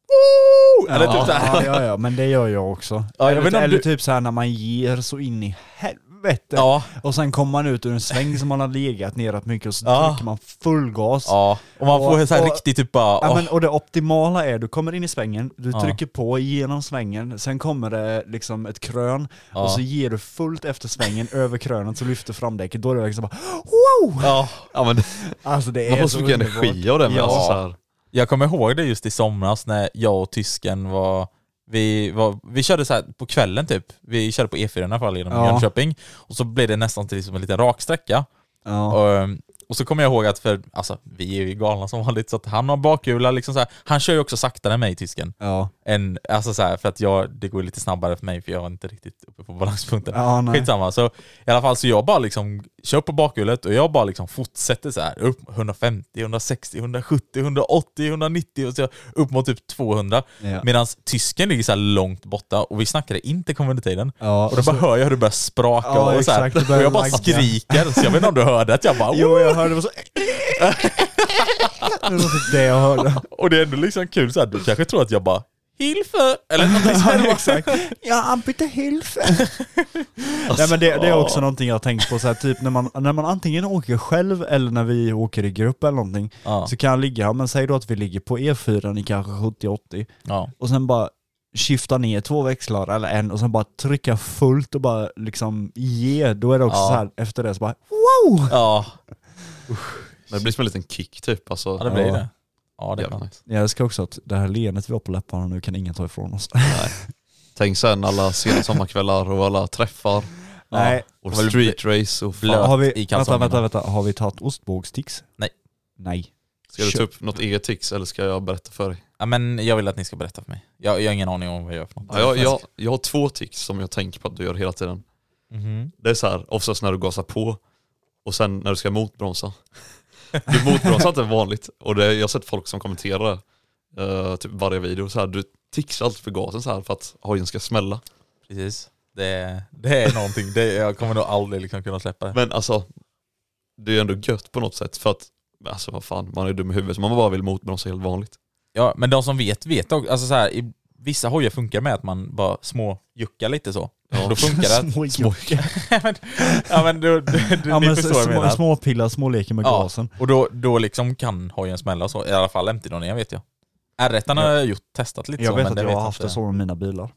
C: Woo! Eller typ så
B: ja,
C: här.
B: ja, ja, men det gör jag också.
C: Ja, jag
B: eller
C: vet inte om
B: eller
C: du-
B: typ såhär när man ger så in i helvete.
C: Ja,
B: Och sen kommer man ut ur en sväng som man har legat neråt mycket och så
C: Ja.
B: trycker man full gas.
C: ja. Och man får
B: Och-
C: så här
B: och-
C: riktigt typ bara,
B: Ja,
C: åh.
B: men, och det optimala är, du kommer in i svängen, du
C: Ja.
B: trycker på genom svängen, sen kommer det liksom ett krön,
C: Ja.
B: och så ger du fullt efter svängen över krönet så lyfter framdäcket, då är det liksom bara wow!
C: ja.
A: Ja, men,
B: Alltså det är
A: man får
B: så
A: så mycket
B: underbart.
A: energi av det med.
C: Ja.
A: Alltså, så här.
C: Jag kommer ihåg det just i somras när jag och tysken var vi, var, vi körde så här på kvällen typ, vi körde på E4 i alla fall genom
B: Ja.
C: Jönköping, och så blev det nästan till liksom en liten raksträcka.
B: Ja.
C: Och, och så kommer jag ihåg att, för alltså, vi är ju galna som vanligt, så att han har bakhjula liksom så här. han kör ju också saktare än mig tysken.
B: Ja.
C: Än, alltså så här, för att jag, det går lite snabbare för mig för jag är inte riktigt uppe på balanspunkten.
B: Ja, nej.
C: Skitsamma. Så, I alla fall så jag bara liksom kör på bakhjulet och jag bara liksom fortsätter så här upp 150, 160, 170, 180, 190 och så upp mot typ 200.
B: Ja.
C: Medan tysken ligger så här långt borta och vi snackade inte konvertitiden.
B: Ja,
C: och då
B: och så-
C: bara hör jag hur det börjar spraka
B: Ja,
C: och, så här,
B: exakt, det
C: och
B: börjar
C: jag bara
B: lagga.
C: skriker. Så jag vet inte om du hörde att jag bara "Oh."
B: Jo, jag hörde det så... Det var typ det jag hörde.
C: Och det är ändå liksom kul så här, du kanske tror att jag bara Hilfe! Eller någonting
B: Ja, det var
C: sånt.
B: exakt. Jag anbytte hilfe. Nej men det, det är också någonting jag har tänkt på, så här, typ när man, när man antingen åker själv eller när vi åker i grupp eller någonting,
C: Ja.
B: så kan jag ligga, ja, men säg då att vi ligger på E4 i kanske 70-80,
C: Ja.
B: och sen bara skifta ner två växlar eller en och sen bara trycka fullt och bara liksom ge, då är det också
C: Ja.
B: så här efter det så bara wow!
C: Ja,
A: Men det blir som en liten kick typ. Alltså,
C: ja, det blir
B: Ja.
C: det. Ja, det är
A: Jävlar.
C: skönt.
B: Jag älskar också att det här leendet vi har på läpparna nu kan ingen ta ifrån oss.
A: Tänk sen alla sena sommarkvällar och alla träffar
B: Nej,
A: och
C: Det var väl
A: street race och fan.
C: blöt
B: har
C: i
B: vi, vänta,
C: kalsongerna.
B: vänta, vänta, har vi tagit ostbågstix?
C: Nej.
B: Nej.
A: Ska du ta upp något eget tics eller ska jag berätta för dig?
C: Ja, men jag vill att ni ska berätta för mig. Jag, jag har ingen aning om vad jag gör för något.
A: Ja, jag, jag, jag har två tics som jag tänker på att du gör hela tiden.
C: Mhm.
A: Det är så här, oftast när du gasar på och sen när du ska motbromsa. Du motbromsar inte vanligt och det, jag har sett folk som kommenterar det. eh, typ varje video så här, du tixar alltid för gasen så här för att hojen ska smälla.
C: Precis. Det, det är någonting, det, jag kommer nog aldrig liksom kunna släppa det.
A: Men alltså, det är ju ändå gött på något sätt för att, men alltså vad fan, man är dum i huvudet så man bara vill motbromsa helt vanligt.
C: Ja, men de som vet, vet också. Alltså så här, i, vissa hojar funkar med att man bara små juckar lite så. Då funkar det.
B: Små juckar.
C: ja, men, ja, men du, du, du,
B: Ja
C: ni
B: men
C: förstår vad jag
B: små,
C: menar.
B: småpillar, småleker med
C: Ja,
B: gasen.
C: och då, då liksom kan hojen smälla så. I alla fall MT-donén vet jag. R1 har jag gjort, testat lite
B: Jag
C: så.
B: vet
C: men
B: att jag har haft
C: inte.
B: det så med mina bilar.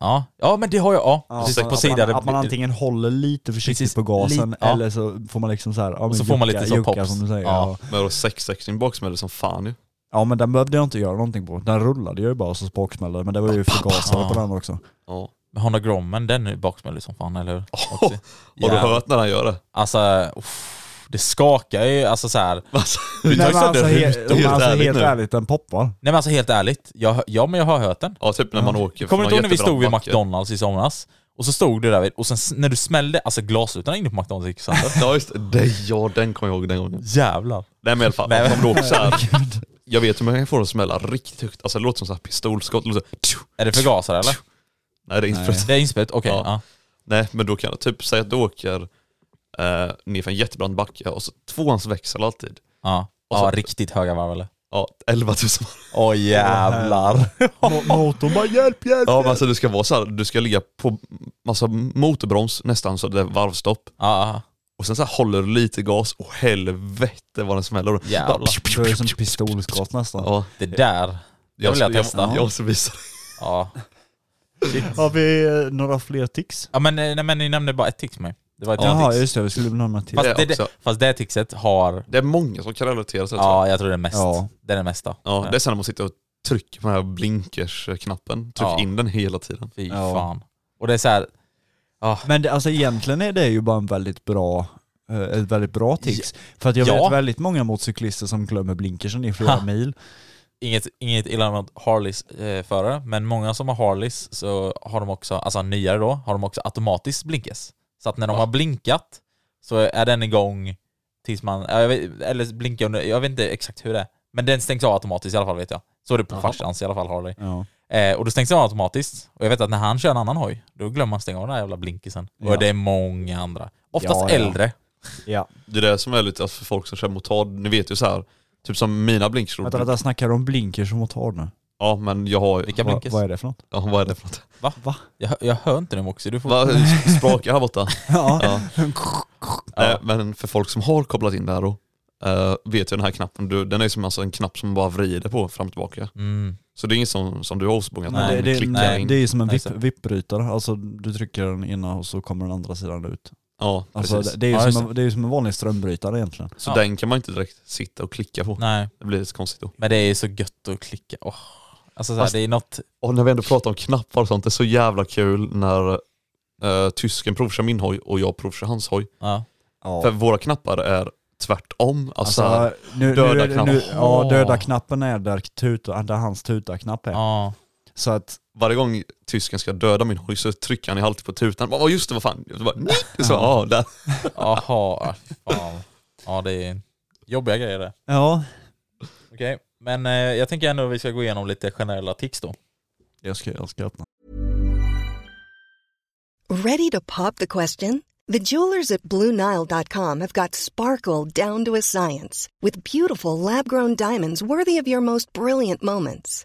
C: Ja. ja, men det har jag. Ja,
B: Ja,
C: precis.
B: att
C: På
B: man-
C: sidan.
B: att, man, att man antingen håller lite försiktigt
C: Precis,
B: på gasen
C: lite- ja.
B: eller så får man liksom så här, ja, men
C: så får man lite så
B: jucka
C: pops.
B: som du säger.
C: Ja.
B: Ja.
A: Men då sexsexning baksmäller som fan ju.
B: ja men den behövde jag inte göra någonting på. Den rullade ju bara och så spaksmällde det, men det var ju förgasare
C: Ja.
B: på den också.
A: Ja.
C: Men Honda Grommen, den är baksmällig som fan, eller hur?
A: Oh, har du
C: Jävlar.
A: hört när han gör det?
C: Alltså, uff, det skakar ju. Alltså så här.
A: Alltså,
C: tar ju
B: Nej, men
C: sönder
B: alltså, he-
C: rutor,
B: men
A: helt
B: alltså
A: ärligt
B: helt
A: nu.
B: ärligt, den poppar.
C: Nej men alltså helt ärligt, jag, hö- ja men jag har hört den.
A: ja typ när man åker
C: Kommer du
A: från
C: inte ihåg
A: någon
C: när vi stod vid
A: jättebrant backe.
C: McDonalds i somras? Och så stod du där vid, och sen s- när du smällde, alltså glasrutan inne på McDonalds gick sönder.
A: Ja just det. det, ja den kommer jag ihåg den gången.
C: Jävlar.
A: Nej men i alla fall,
C: Nej, men-
A: om du åker såhär, jag vet hur man kan få det att smälla riktigt högt, alltså det låter som så här pistolskott, det låter så,
C: Är det förgasare eller?
A: Nej det är inte för-
C: Det är inspelat, okej.
A: Ja.
C: ja.
A: Nej men då kan jag typ säga att du åker eh, ner för en jättebrant backe och så tvåans växel alltid.
C: Ja.
A: Och så-
C: ja, riktigt höga varv eller?
A: Ja, 11 000
C: Åh jävlar.
B: Motorn bara hjälp, hjälp!
A: Ja men alltså du ska vara så här, du ska ligga på massa motorbroms nästan så det är varvstopp.
C: ja,
A: Och sen så här håller du lite gas och helvete vad den smäller. Bara-
C: Jävlar.
B: Det är som pistolskott nästan.
A: Ja,
C: det där. Det vill jag testa.
A: Jag, jag måste visa dig.
C: Ja.
B: Har vi eh, några fler tics?
C: ja men, eh, nej, men ni nämnde bara ett tics för mig. Det var ett
B: Jaha,
C: tics.
B: just det. Vi skulle nämna till.
C: Fast
A: Det
C: det,
A: också.
C: det, fast det tixet har...
A: Det är många som kan relatera till det. tror jag.
C: Ja, jag tror det är mest.
B: Ja.
C: Det är det mesta.
A: ja, det är sen när man sitter och trycker på den här blinkersknappen. Trycker
C: Ja.
A: in den hela tiden.
C: Fy
B: Ja.
C: fan. Och det är så här, Ah.
B: Men det, alltså egentligen är det ju bara en väldigt bra eh, ett väldigt bra tics. För att jag
C: Ja.
B: vet väldigt många motorcyklister som glömmer blinkersen i flera
C: Ha.
B: mil.
C: inget, inget illa mot Harleys eh, förare, men många som har Harleys så har de också, alltså nyare då, har de också automatiskt blinkes. Så att när de har blinkat så är den igång tills man, ja, jag vet, eller blinkar under, jag vet inte exakt hur det är. Men den stängs av automatiskt i alla fall vet jag. Så är det på farsans i alla fall Harley.
B: Ja.
C: Eh, och då stängs den av automatiskt. Och jag vet att när han kör en annan hoj, då glömmer han stänga av den här jävla blinkisen.
B: Ja.
C: Och det är många andra. Oftast
B: Ja, ja.
C: äldre.
B: ja.
A: Det är det som är lite alltså, för folk som kör motard. Ni vet ju så här, typ som mina blinkerslor.
B: Vänta, vänta, snackar du om blinkers och motard nu?
A: Ja men jag har
C: Vilka
B: Va,
C: blinkers?
B: vad är det för något?
A: ja, vad är det för något?
C: Jag, hör- jag hör inte dem också. Du får...
A: Va, sprakar här borta.
B: Ja.
A: Ja.
C: Ja.
A: Nej, men för folk som har kopplat in det här då, eh, vet ju den här knappen, du, den är ju som alltså en knapp som man bara vrider på fram och tillbaka.
C: Mm.
A: Så det är inget som, som du har åsprungat,
B: Men det,
A: man
B: det,
A: klickar
B: nej,
A: in.
B: det är ju som en
C: Nej,
B: vipp,
C: så.
B: vipprytare, alltså du trycker den ena och så kommer den andra sidan ut.
A: ja,
B: Alltså,
A: precis.
B: det, det, är ju
C: Ja, just
B: som en, det är ju som en vanlig strömbrytare egentligen.
A: Så
C: Ja.
A: den kan man inte direkt sitta och klicka på.
C: Nej,
A: Det blir lite konstigt då.
C: men det är ju så gött att klicka. Åh. Alltså så här,
A: Fast-
C: det är något...
A: Och när vi ändå pratar om knappar och sånt, det är så jävla kul när eh, tysken provkör min hoj och jag provkör hans hoj.
C: Ja.
B: Ja.
A: För våra knappar är tvärtom. Alltså,
B: Alltså, nu,
A: döda
B: nu,
A: knapp.
B: nu, Ja,
C: Åh.
B: döda knappen är där, tuta, där hans tuta-knapp är.
C: Ja.
B: Så att
A: varje gång tysken ska döda min hoj så trycker han ju alltid på tutan. Bara, "Åh, just det, vad fan. Så, bara, "Nej." så, ja, där.
C: Jaha, fan. Ja, det är jobbiga grejer det.
B: Ja.
C: Okej, men eh, jag tänker ändå att vi ska gå igenom lite generella tics då.
B: Jag ska, jag ska öppna.
D: Ready to pop the question? The jewelers at BlueNile.com have got sparkle down to a science with beautiful lab grown diamonds worthy of your most brilliant moments.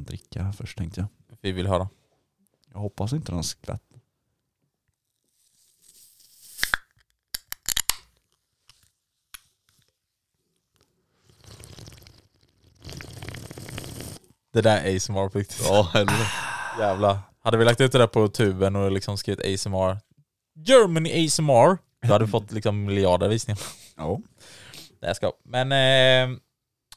B: Dricka här först tänkte jag.
C: Vi vill höra.
B: Jag hoppas inte den skvätt.
C: Det där ASMR på riktigt.
A: Ja, helvete.
C: Jävlar. Hade vi lagt ut det där på tuben och liksom skrivit ASMR, Germany ASMR, då hade vi fått liksom miljarder visningar.
B: Ja.
C: Nej jag ska. Men eh,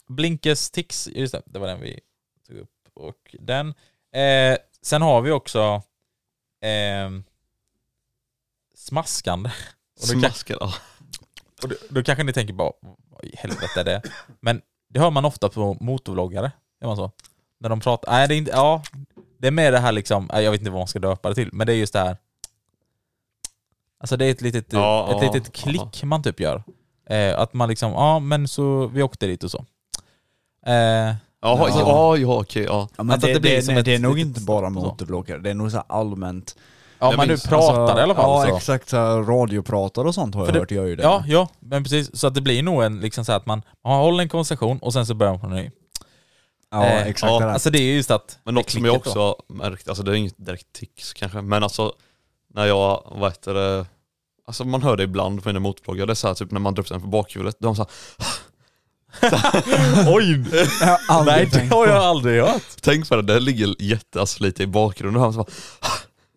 C: Blinkes tics, just det, det var den vi tog upp. Och den. Eh, sen har vi också ehm, smaskande. Och då, kanske,
A: Smaskar, ja.
C: och då, då kanske ni tänker bara, vad i helvete är det? Men det hör man ofta på motorvloggare. Gör man så? När de pratar, nej det är inte, ja. Det är mer det här liksom, nej, jag vet inte vad man ska döpa det till, men det är just det här. Alltså det är ett litet,
A: Ja,
C: ett
A: ja,
C: litet
A: ja.
C: klick man typ gör. Eh, att man liksom, ja men så vi åkte dit och så. Eh,
A: Jaha, ja, ja, ja okej. Ja.
B: men
C: Alltså,
B: det,
C: det blir
B: det,
C: som
B: nej,
C: ett
B: det är nog
C: litet
B: inte bara
C: stopp och så.
B: motorvloggare, det är nog så här allmänt
C: Ja, men du pratar
A: alltså,
C: i alla fall.
B: Ja
C: så.
B: exakt, så här, radiopratar och sånt har jag
C: För det-
B: hört gör ju det.
C: Ja, ja, men precis. Så att det blir nog en, liksom så här att man, man håller en konversation och sen så börjar man på ny.
B: Ja,
C: Eh,
B: exakt.
C: ja,
B: det där.
C: Alltså det är just att...
A: Men
C: det
A: något som
C: klicket
A: jag
C: då.
A: också har märkt, alltså det är inget direkt tics kanske, men alltså när jag, vad heter det, alltså man hör det ibland på mina motorbloggar, det är så här typ när man drar upp den på bakhjulet, de så här, Oj!
B: Jag har aldrig
C: Nej, det
B: tänkt
C: har
B: på.
C: jag aldrig hört.
A: Tänk på det, det ligger jätte, alltså, lite i bakgrunden. Och han så bara,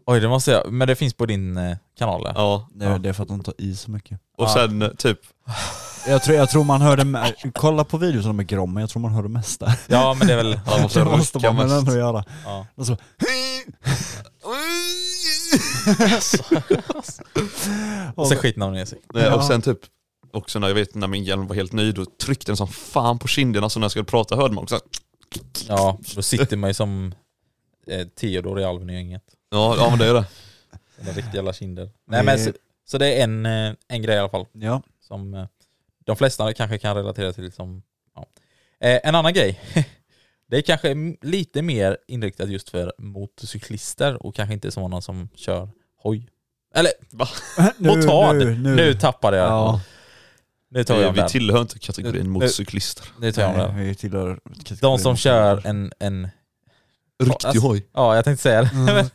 C: Oj, det måste jag. Men det finns på din eh, kanal där.
A: ja.
B: Det är, det är för att de tar i så mycket.
A: Och sen typ,
B: Jag tror, jag tror man hör det me- kolla på videorna med Gromme, jag tror man hör det mesta.
C: Ja, men det är väl...
A: han måste
B: Det måste
A: rucka
B: man väl
A: mest.
B: ändå göra. Alltså,
C: Ja.
B: Och så,
C: Och sen skiter man ner sig.
A: Nej,
B: Ja.
A: Och sen typ, också när jag vet när min hjälm var helt ny, då tryckte den som fan på kinden, alltså när jag skulle prata hörde man också
C: Ja, då sitter man ju som eh, Theodor i Alvengänget.
A: Ja, ja men det är det.
C: Sådana riktiga jävla kinder. Nej men så, så det är en, eh, en grej i alla fall
B: Ja.
C: som eh, de flesta kanske kan relatera till. Som, ja. eh, en annan grej. Det är kanske m- lite mer inriktat just för motorcyklister och kanske inte sådana som kör hoj. Eller motard! Nu, tappade jag.
B: Ja.
C: Nu tar jag om
A: vi,
C: den.
A: vi tillhör inte kategorin
C: Nu-
A: motorcyklister.
C: Nu tar jag om
B: Nej,
C: den.
B: vi tillhör kategorin
C: De som
B: motard.
C: kör en, en
A: Riktig
C: alltså-
A: hoj.
C: ja jag tänkte säga det.
B: Mm.
C: Men-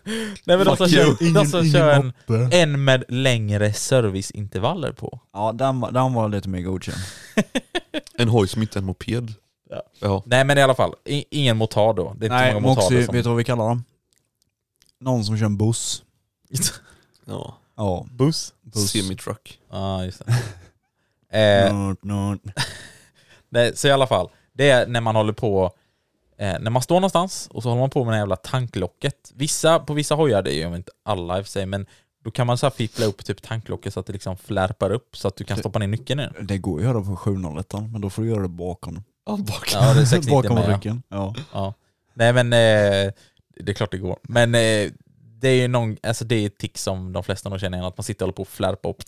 C: Nej men de som
A: Fuck
C: kör, de som kör en,
B: moppe.
C: en med längre serviceintervaller på.
B: Ja den, var- den var lite mer godkänd.
A: En hoj som inte är en moped.
C: Ja.
A: Ja.
C: Nej men i alla fall, i, ingen motard då. Det är inte
B: Nej
C: många motarder
B: Moxie,
C: som...
B: vet du vad vi kallar dem? Någon som kör en buss.
A: ja.
B: Ja.
C: Buss?
B: Buss.
A: Semitruck.
C: Ja just det. eh,
B: Nort, nort.
C: nej, så i alla fall, det är när man håller på, eh, när man står någonstans och så håller man på med det här jävla tanklocket. Vissa, på vissa hojar, det gör inte alla i och för sig, men då kan man så här fippla upp typ tanklocket så att det liksom flärpar upp så att du kan stoppa ner nyckeln i den.
B: Det går ju att göra på 701 men då får du göra det bakom.
A: Ja, bak.
C: Ja det är 690
B: bakom
C: med ja.
B: ryggen. Ja.
C: Ja. Nej men eh, det är klart det går. Men eh, det är ju någon, alltså det är ett tick som de flesta nog känner igen, att man sitter och håller på och flärpar upp.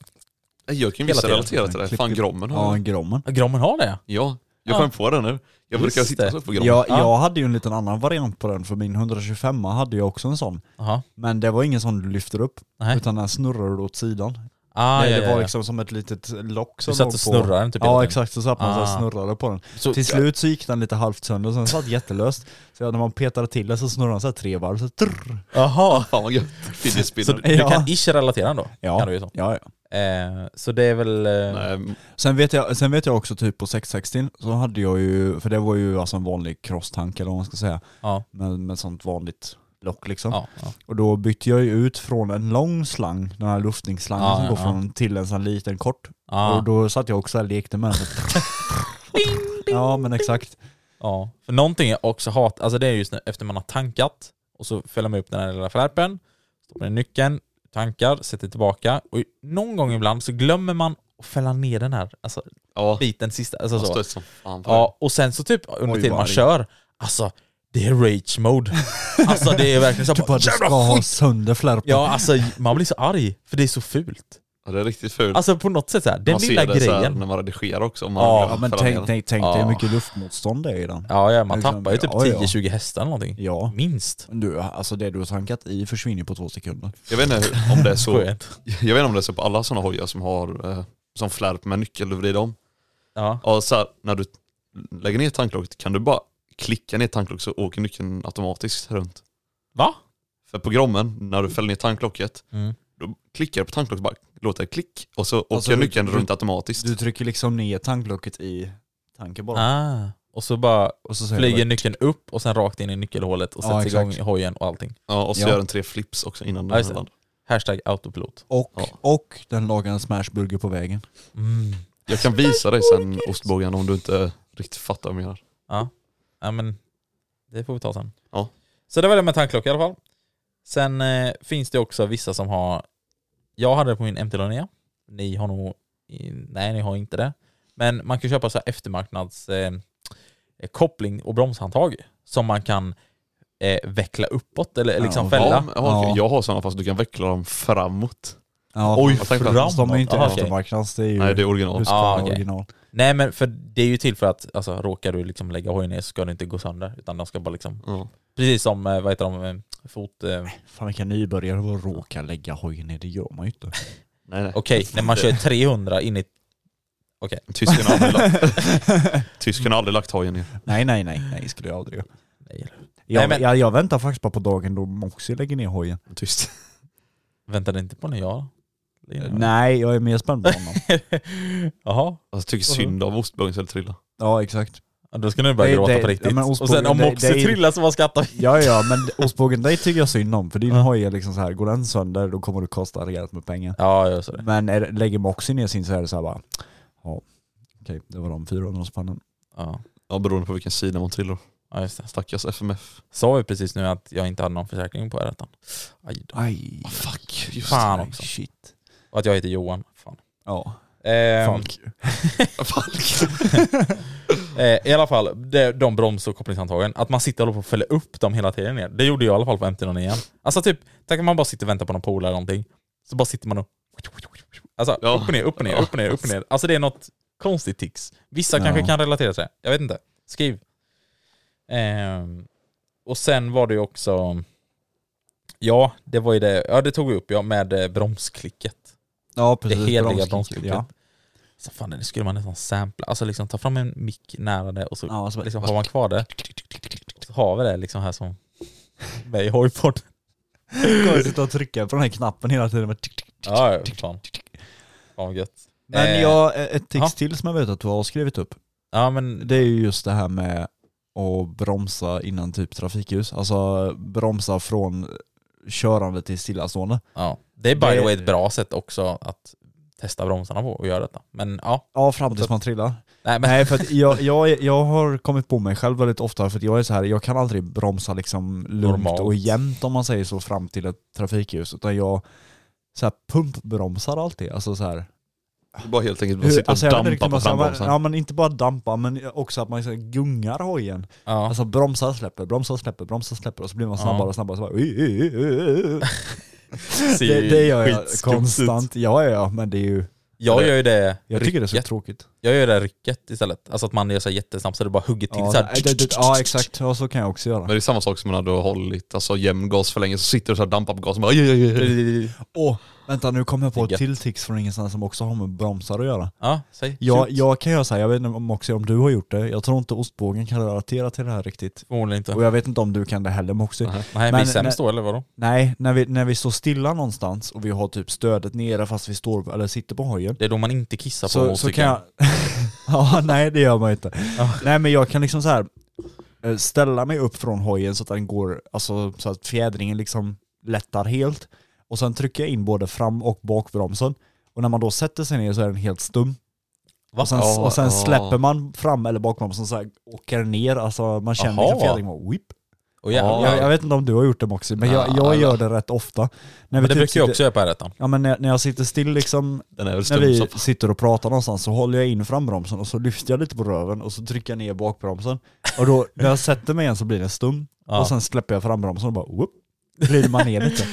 A: Jag kan ju
C: Hela
A: vissa
C: tiden.
A: relatera till det. här. Fan Grommen
B: Ja,
A: har
B: en Grommen.
C: Ja, Grommen har det
A: Ja, jag
C: Ja.
A: kom på det nu. Jag brukar
C: Just det.
A: sitta så på Grommen.
B: Jag,
C: Ja.
B: jag hade ju en liten annan variant på den för min 125 hade jag också en sån.
C: Aha.
B: Men det var ingen sån du lyfter upp,
C: Nej.
B: utan den snurrade du åt sidan.
C: Ah,
B: Nej,
C: ja,
B: det
C: ja,
B: var
C: ja.
B: liksom som ett litet lock som
C: Du satt
B: låg
C: och
B: på.
C: snurrade den typ hela
B: Ja
C: tiden.
B: exakt, så satt man så
C: Ah.
B: här snurrade på den.
C: Så-
B: Till slut så gick den lite halvt sönder, sen satt jättelöst. Så när man petade till den så snurrade den så här tre varv, så trrr.
C: Jaha.
A: Fan vad gött. Fidget
C: Så
A: spinner.
C: du
B: Ja.
C: kan ish relatera ändå?
B: Ja.
C: Kan du ju så.
B: Ja, ja.
C: Eh, så det är väl... Eh,
A: Nej,
B: Sen vet, jag, sen vet jag också typ på 660 så hade jag ju, för det var ju alltså en vanlig crosstank eller vad man ska säga,
C: ja,
B: med, med sånt vanligt lock liksom.
C: ja, ja.
B: Och då bytte jag ju ut från en lång slang, den här luftningsslangen
C: Ja,
B: som
C: ja,
B: går
C: ja.
B: från till en sån här liten kort.
C: Ah,
B: Och då satt jag också och lekte med den. ja men exakt.
C: ja. För någonting jag också hatar, alltså det är just när, efter man har tankat och så fäller man upp den här lilla flärpen, stoppar ner nyckeln, tankar, sätter tillbaka och någon gång ibland så glömmer man att fälla ner den här alltså,
A: ja.
C: biten sista. Alltså,
A: Jag
C: så.
A: stöts som fan på det.
C: Ja, och sen så typ under
B: Oj,
C: tiden
B: vad
C: man
B: arg.
C: kör, alltså det är rage mode. Alltså det är verkligen så
B: Du bara, du ska ha sönder flärpen.
C: Ja alltså man blir så arg, för det är så fult.
A: Ja, det är riktigt fult.
C: Alltså på något sätt såhär, den
A: man
C: lilla
A: ser det så här
C: grejen.
A: när man redigerar också. om Man
C: Ja,
B: Ja
A: glömmer
B: men
A: fälla ner
B: tänk,
A: den.
B: tänk, tänk dig
C: Ja.
B: hur mycket luftmotstånd det är i den.
C: Ja, ja man
B: Liksom,
C: tappar ju typ
B: ja, ja.
C: 10-20 hästar eller någonting.
B: Ja.
C: Minst.
B: Du, alltså det du har tankat i försvinner på två sekunder.
A: Jag vet inte hur- om det är så.
C: Skönt.
A: Jag vet inte om det är så på alla sådana hojar som har eh, som flärp med nyckel du vrider om.
C: Ja.
A: Ja, så här, när du lägger ner tanklocket kan du bara klicka ner tanklocket så åker nyckeln automatiskt runt.
C: Va?
A: För på grommen, när du fäller ner tanklocket,
C: Mm.
A: då klickar du på tanklocket bara låter det klick och så åker
B: Alltså, du-
A: nyckeln
B: du-
A: runt automatiskt.
B: Du trycker liksom ner tanklocket i tanken bara.
C: Ah. Och så bara
B: Och så säger
C: flyger
B: du-
C: nyckeln upp och sen rakt in i nyckelhålet och
B: Ja,
C: sätts igång
B: exakt.
C: i hojen och allting.
A: ja, och så
B: Ja.
A: gör den tre flips också innan
C: Ja,
A: den
C: just det.
A: landar.
C: Hashtag autopilot.
B: och,
A: Ja.
B: och den lagar en smashburger på vägen.
C: Mm.
A: Jag kan visa dig sen ostbågen om du inte riktigt fattar vad jag menar.
C: Ja men det får vi ta sen.
A: Ja.
C: Så det var det med tankklocka i alla fall. Sen eh, finns det också vissa som har, jag hade det på min MT-Lonea, ni har nog, i- nej ni har inte det. Men man kan köpa så här eftermarknads eh, eh, koppling och bromshandtag som man kan eh, veckla uppåt eller
B: Ja,
C: liksom
B: och
C: fälla.
A: Ja, men- ja, okej.
B: Ja.
A: Jag har sådana fast du kan veckla dem framåt.
B: Ja,
A: Oj,
B: fast
A: framåt.
B: de är ju inte
C: Aha, okej.
B: eftermarknads, det är ju
A: Nej det är original.
B: Husqvarna
C: Ah, okej.
B: original.
C: Nej men för det är ju till för att alltså, råkar du liksom lägga hojen ner så ska det inte gå sönder utan de ska bara liksom
A: Ja.
C: Precis som, eh, vad heter de, eh, fot... Eh,
B: Fan vilka nybörjare att råka lägga hojen ner, det gör man ju inte.
A: Nej, nej.
C: Okej, när man kör 300 in i... Okej.
A: Tysken har aldrig lagt, tysken har aldrig lagt hojen ner.
B: nej, nej, nej, nej skulle jag aldrig göra.
C: Nej,
B: Jag,
C: Nej, men-
B: jag, jag väntar faktiskt bara på dagen då Moxie lägger ner hojen.
A: Tyst. Alltså,
C: Väntade inte på när jag...
B: Nej, jag är mer spänd på honom.
C: Jaha.
A: Alltså tycker synd om ostbågen skulle trilla.
B: ja, exakt.
C: Ja, Då ska ni börja
B: Det-
C: gråta
B: det-
C: på riktigt.
B: ja, men
C: och sen om
B: ostbågen, det-
C: Moxie
B: det är-
C: trillar så vad skrattar vi?
B: Ja, ja, men ostbågen dig tycker jag synd om, för din hoj är liksom så här, går den sönder då kommer det kosta rejält med pengar.
C: Ja, jag sa det.
B: Men är, det- lägger Moxie ner sin så är det så här bara, ja, okej, det var de 400 spannen.
C: Ja.
A: Ja beroende på vilken sida man trillar.
C: ja, just det.
A: Stackars FMF.
C: Sa vi precis nu att jag inte hade någon försäkring på r Aj då.
B: Aj,
A: Ah, Fuck.
C: Fan
B: aj,
C: också.
B: shit.
C: Och att jag heter Johan. Fan.
B: Ja,
C: Ehm,
B: fan.
C: eh, I alla fall, de, de broms och kopplingshandtagen. Att man sitter och håller på att fälla upp dem hela tiden ner. Det gjorde jag i alla fall på MT-09. Alltså typ, tänk om man bara sitter och väntar på någon polare eller någonting. Så bara sitter man och... Alltså
A: Ja.
C: upp och ner, upp och ner, upp och ner, upp och ner. Alltså det är något konstigt tics. Vissa
B: Ja.
C: kanske kan relatera till det. Jag vet inte. Skriv. Ehm, och sen var det ju också... Ja, det var ju det. Ja, det tog vi upp ja, med eh, bromsklicket.
B: Ja, precis.
C: det heliga
B: bromsklicket,
C: bromsklicket.
B: Ja.
C: Så fan, det skulle man nästan sampla. Alltså liksom ta fram en mick nära det och så
B: Ja, så bara-
C: liksom, har man kvar det. Så har vi det liksom här som med i hojpodden.
B: Kommer jag sitta och trycka på den här knappen hela tiden. Med tick, tick, tick.
C: Ja, ja, fan. Fan vad gött.
B: Men
C: Eh,
B: jag, ett tics
C: ja.
B: till som jag vet att du har skrivit upp,
C: Ja men
B: det är ju just det här med att bromsa innan typ trafikljus. Alltså bromsa från körande till stillastående.
C: ja. det är by the
B: Det-
C: way ett bra sätt också att testa bromsarna på och göra detta. Men ja.
B: Ja, fram tills man trillar.
C: Nej men
B: Nej, för att jag, jag, jag har kommit på mig själv väldigt ofta, för att jag är så här, jag kan aldrig bromsa liksom lugnt
C: Normalt.
B: och jämnt om man säger så fram till ett trafikljus, utan jag så här pumpbromsar alltid. Alltså så här,
A: Du bara helt enkelt bara
B: Hur,
A: sitter
B: alltså,
A: och
B: jag vet inte
A: dampar
B: riktigt
A: på
B: vad jag ska-
A: frambromsen.
B: Ja men inte bara dampa, men också att man så här gungar hojen.
C: ja.
B: Alltså bromsar, släpper, bromsar, släpper, bromsar, släpper och så blir man
C: Ja.
B: snabbare och snabbare. Så bara, "Ui, ui, ui, ui, ui."
C: ser
B: det,
C: ju
B: det gör jag
C: skitskumt ut.
B: konstant. Ja, ja, ja, men det är ju...
C: Jag gör ju det
B: Jag tycker det är så
C: rycket.
B: tråkigt.
C: Jag gör det rycket istället. Alltså att man gör så här jättesnabbt så det bara hugger till
B: Ja,
C: så här.
B: det, det, ja exakt, ja, så kan jag också göra.
A: Men det är samma sak som när du har hållit alltså, jämn gas för länge så sitter du så här och dampar på gasen och bara, "Aj, aj, aj, aj."
B: Åh, vänta nu kommer jag på
C: Det är
B: ett till tics från ingenstans som också har med bromsar att göra.
C: Ja, säg. Typ,
B: Jag,
C: Shoot.
B: jag kan göra så här, jag vet inte om, Moxie, om du har gjort det, jag tror inte ostbågen kan relatera till det här riktigt.
C: Förmodligen inte.
B: Och jag vet inte om du kan det heller Moxie.
C: Nej, vi är
B: Men-
C: sämst då eller vadå?
B: Nej, när vi, när vi står stilla någonstans och vi har typ stödet nere fast vi står eller sitter på hojen.
C: Det är då man inte kissar på
B: Så, så
C: motorcykeln.
B: kan jag... ja, nej det gör man inte.
C: Ah.
B: Nej men jag kan liksom så här eh, ställa mig upp från hojen så att den går, alltså så att fjädringen liksom lättar helt. Och sen trycker jag in både fram och bakbromsen. Och när man då sätter sig ner så är den helt stum.
C: Va?
B: Och sen,
C: Ah,
A: Ja,
B: och sen
A: ja.
B: släpper man fram eller bakbromsen så här åker ner, alltså man känner
C: Jaha.
B: liksom fjädringen bara whip.
C: Åh, jävlar.
B: Jag, jag vet inte om du har gjort det Moxie, men jag, jag gör det rätt ofta. När vi
C: Men det
B: typ
C: brukar jag
B: sitter-
C: också göra på r
B: Ja men när, när jag sitter still liksom,
A: Den är väl
B: när
A: stum
B: vi
A: som fan.
B: sitter och pratar någonstans så håller jag in frambromsen och så lyfter jag lite på röven och så trycker jag ner bakbromsen. Och då, när jag sätter mig igen så blir den stum. Och sen släpper jag frambromsen och bara whoop, glider man ner lite.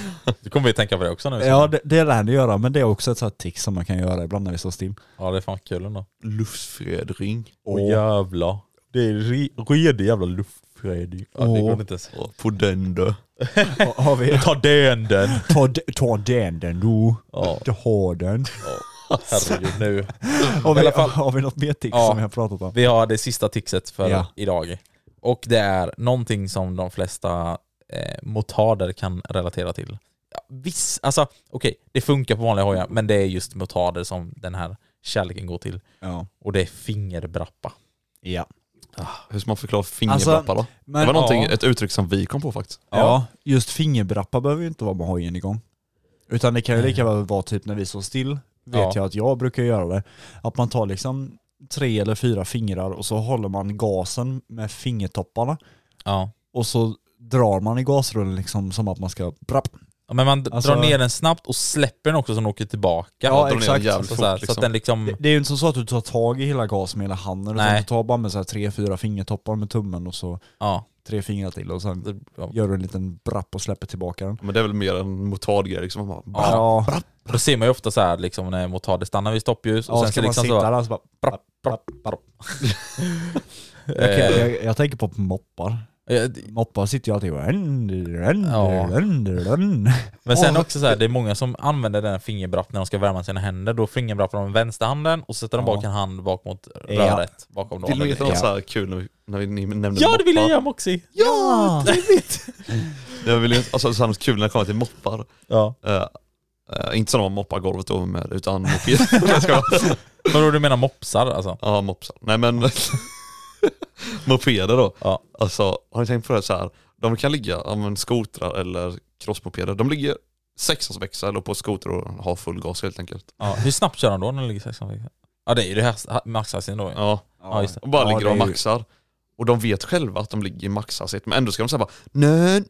C: Du kommer vi tänka på det också nu.
B: Ja det, det lär ni göra, men det är också ett sånt här tick som man kan göra ibland när vi står still.
C: ja, det är fan kul ändå.
A: Luftfjädring.
C: Åh jävlar. Det är re- redig jävla luftfjädring. Ja, det går
B: Åh.
C: inte ens.
A: På den då.
B: Ha- Har vi,
C: Ta den den.
B: ta, d- ta den den du.
C: Ja.
B: Du har den.
C: Herregud nu.
B: Har
C: I
B: vi,
C: alla fall-
B: har vi något mer tick
C: Ja.
B: som vi har pratat om?
C: Vi har det sista tipset för
B: Ja.
C: idag. Och det är någonting som de flesta eh, motarder kan relatera till. Ja, viss, alltså okej, det funkar på vanliga hojar, men det är just motarder som den här kärleken går till.
B: Ja.
C: Och det är fingerbrappa.
B: ja.
A: Hur ska man förklara fingerlappar då?
B: Alltså, Men,
A: det var någonting,
B: ja.
A: ett uttryck som vi kom på faktiskt.
B: Ja. just fingerbrappa behöver ju inte vara med hojen igång. Utan det kan ju lika väl vara typ när vi står still, vet
C: Ja.
B: jag att jag brukar göra det, att man tar liksom tre eller fyra fingrar och så håller man gasen med fingertopparna
C: Ja.
B: och så drar man i gasrullen liksom som att man ska brapp.
C: Ja, Men man d-
B: Alltså-
C: drar ner den snabbt och släpper den också så den åker tillbaka.
B: Ja,
C: Och drar ner den
B: exakt.
C: jävligt
A: Så
C: fort, så,
A: liksom.
C: att den liksom...
B: Det, det är ju inte så att du tar tag i hela gasen med hela handen utan
C: Nej.
B: du tar bara med så här tre, fyra fingertoppar med tummen och så
C: Ja.
B: tre fingrar till och sen
C: det- ja.
B: gör du en liten brapp och släpper tillbaka den.
A: Men det är väl mer en motardgrej liksom. Man bara,
C: Ja.
B: Ja,
C: Då ser man ju ofta så här liksom när motarder stannar vid stoppljus och
B: ja
C: sen
B: ska
C: så
B: man
C: liksom
B: sitta
C: så...
B: där så bara brapp, brapp, brapp. Jag, kan- jag, jag tänker på moppar.
C: Eh,
B: Moppar sitter ju alltid och...
C: Ja. Men
B: Men
C: sen också så här, det är många som använder den här fingerbratt när de ska värma sina händer. Då fingerbrapparna med vänsterhanden och sätter de
B: Ja.
C: bak en hand bak mot
B: Ja.
C: röret. Bakom
A: Vill du veta något
C: ja.
A: så här kul när, vi, när vi, ni nämnde
C: ja, det vill jag
A: moppar?
C: göra Moxie!
B: Ja!
C: Ah.
A: Jag vill ju- alltså, så här, något kul när det kommer till moppar.
C: Ja.
A: Eh, eh, inte sådana man moppar golvet då med, utan mopeder. Jag skojar.
C: Vadå du menar mopsar alltså?
A: Ja, mopsar. Nej men, mopeder då.
C: Ja.
A: Alltså, har ni tänkt på det så här? De kan ligga, ja, men skotrar eller crossmopeder, de ligger sexårsväxel och på skoter och har full gas helt enkelt.
C: Ja. Hur snabbt kör han då när det ligger 16 fick? Ja det är ju det här maxhastigheten då. Ja.
A: Ja.
C: ja just det.
A: Och bara
B: Ja,
A: ligger och
B: det är ju-
A: maxar. Och de vet själva att de ligger i maxhastighet, men ändå ska de säga bara nej,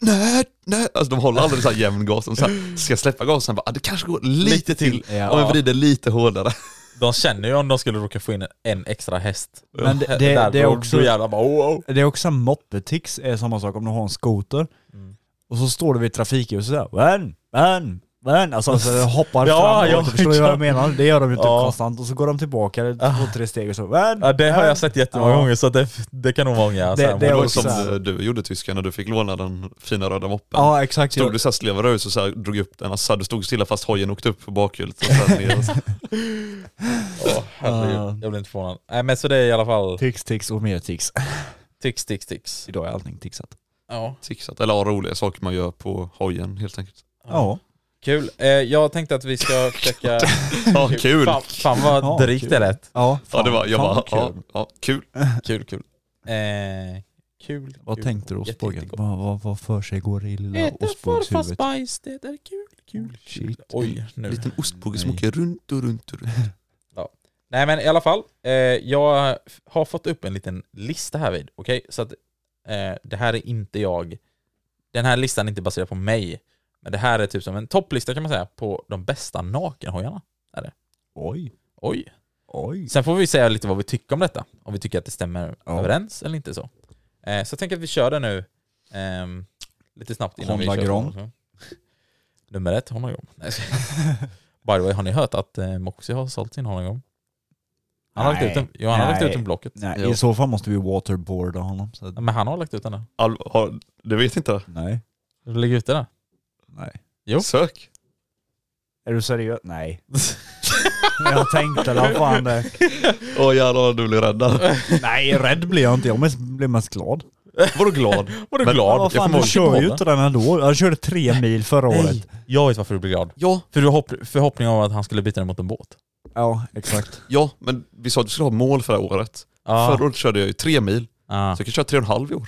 A: nej, nej. Alltså de håller aldrig så här jämn gas, de så här, ska släppa gasen bara, ah, det kanske går lite,
C: Lite
A: till.
C: till.
B: Ja.
A: Om vi vrider lite hårdare.
C: De känner ju om de skulle råka få in en extra häst.
B: Men det- det-
C: Där,
B: det är
C: då-
B: också-
C: Då jävlar bara oh, oh.
B: Det är också moppetix är samma sak om du har en skoter.
C: Mm.
B: Och så står du vid trafikljuset där. Vän, vän, vän. Alltså, alltså det hoppar
C: Ja,
B: fram.
C: ja,
B: och- förstår du vad
C: ja.
B: jag menar? Det gör de ju inte
C: Ja. Ah.
B: konstant. Och så går de tillbaka två, tre steg och så. Vän,
C: Ja, det har
B: vän."
C: jag sett jättemånga
B: Ja.
C: gånger så att det, det kan nog vara många.
B: Det-
C: så här
B: det
A: Det
B: är
A: var
C: mål.
A: ju
B: också
A: som
B: så här-
A: du gjorde tysken när du fick låna den fina röda moppen.
B: Ja exakt.
A: Stod du såhär slevröd och så här, drog upp den, alltså, så här, du stod stilla fast hojen åkte upp på bakhjulet och sen ner. Och så.
C: Åh, herregud. Jag blir inte förvånad. Nej men så det är i alla fall
B: Tix, tix och mer tix.
C: tix, tix, tix.
B: Idag är allting tixat.
C: Ja.
A: Tixat. Eller ja, roliga saker man gör på hojen helt enkelt.
B: Ja.
C: Kul. Eh, jag tänkte att vi ska försöka...
A: Ja, kul!
C: Fan, fan vad
B: Ja,
C: drygt det
B: kul.
C: lät.
B: Ja,
A: Ja det var, jag
B: fan
A: bara,
B: vad
A: ja,
B: kul.
A: ja, kul.
C: Kul, kul. Eh, kul.
B: Vad
C: kul.
B: tänkte du Osbågen?
C: Jättejättegott.
B: Vad, vad, vad för sig går i lilla
C: Äta
B: Osbågens
C: farfars
B: huvud?
C: bajs, det är kul, kul, kul.
B: Shit.
C: Oj, nu.
A: Liten ostbåge som
B: Nej.
A: åker runt och runt och runt.
C: Nej men i alla fall, eh, jag har fått upp en liten lista här vid. Okej, så att eh, det här är inte jag. Den här listan är inte baserad på mig. Men det här är typ som en topplista kan man säga på de bästa nakenhojarna.
B: Oj.
C: Oj.
B: Oj.
C: Sen får vi säga lite vad vi tycker om detta. Om vi tycker att det stämmer
B: Ja.
C: överens eller inte så. Eh, så jag tänker att vi kör det nu ehm, lite snabbt innan
B: Honda
C: vi kör.
B: Grom.
C: på. Nummer ett, Honda Grom. Nej, jag skojar. By the way, har ni hört att eh, Moxie har sålt sin Honda Grom? Han har lagt
B: Nej.
C: ut den, jo, han har lagt ut
B: Nej.
C: den på Blocket.
B: Nej,
A: Jo.
B: i så fall måste vi waterboarda honom. Så att,
C: Men han har lagt ut den där.
A: All, har, du vet inte det?
B: nej.
C: Du lägger ut den där.
B: Nej.
C: Jo.
A: Sök.
B: Är du seriös? Nej. jag tänkte det, vad fan det.
A: Åh jävlar du blir rädd där.
B: Nej, rädd blir jag inte. Jag mest- blir mest glad.
A: Var du glad?
C: Var du
A: Men-
B: Ja,
C: glad?
B: vad fan, du
C: ihåg-
B: kör ju inte den ändå. Jag körde tre mil förra
C: Nej,
B: året.
C: jag vet varför du blev glad.
A: Ja,
C: För du har hopp, förhoppning om att han skulle byta den mot en båt.
B: Ja, exakt.
A: ja, men vi sa att du skulle ha mål för det här året.
C: Ah,
A: Förra året körde jag ju tre mil,
C: ah.
A: så jag kan köra tre och en halv i år.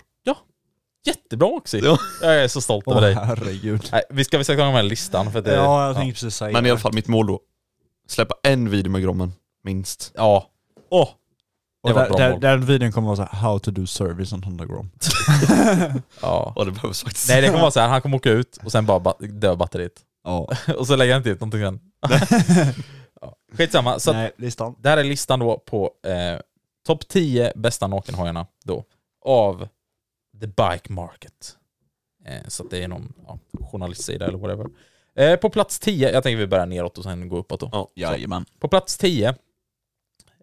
C: Jättebra Moxie!
A: Ja.
C: Jag är så stolt
B: Åh
C: över dig.
B: herregud.
C: Nej, vi ska vi ska ta med listan för att det...
B: Ja, jag tänkte precis säga
A: Men i alla
B: det.
A: fall mitt mål då, släppa en video med Grommen, minst.
C: Ja. Åh! det
B: Och
C: var
B: där,
C: ett bra
B: där,
C: mål.
B: den videon kommer vara såhär, how to do service on 100 gram.
C: Ja.
A: Ja det behövs faktiskt.
C: Nej det kommer vara så här, han kommer åka ut och sen bara ba- dö batteriet.
B: Ja.
C: och så lägger han inte ut någonting sen. ja. Skitsamma. Så att,
B: Nej, listan.
C: det här är listan då på eh, topp 10 bästa nakenhojarna då. Av The Bike Market. Eh, så att det är någon ja, journalistsida eller whatever. Eh, på plats 10, jag tänker vi börjar neråt och sen går uppåt då.
A: Ja,
B: Jajamän.
C: På plats 10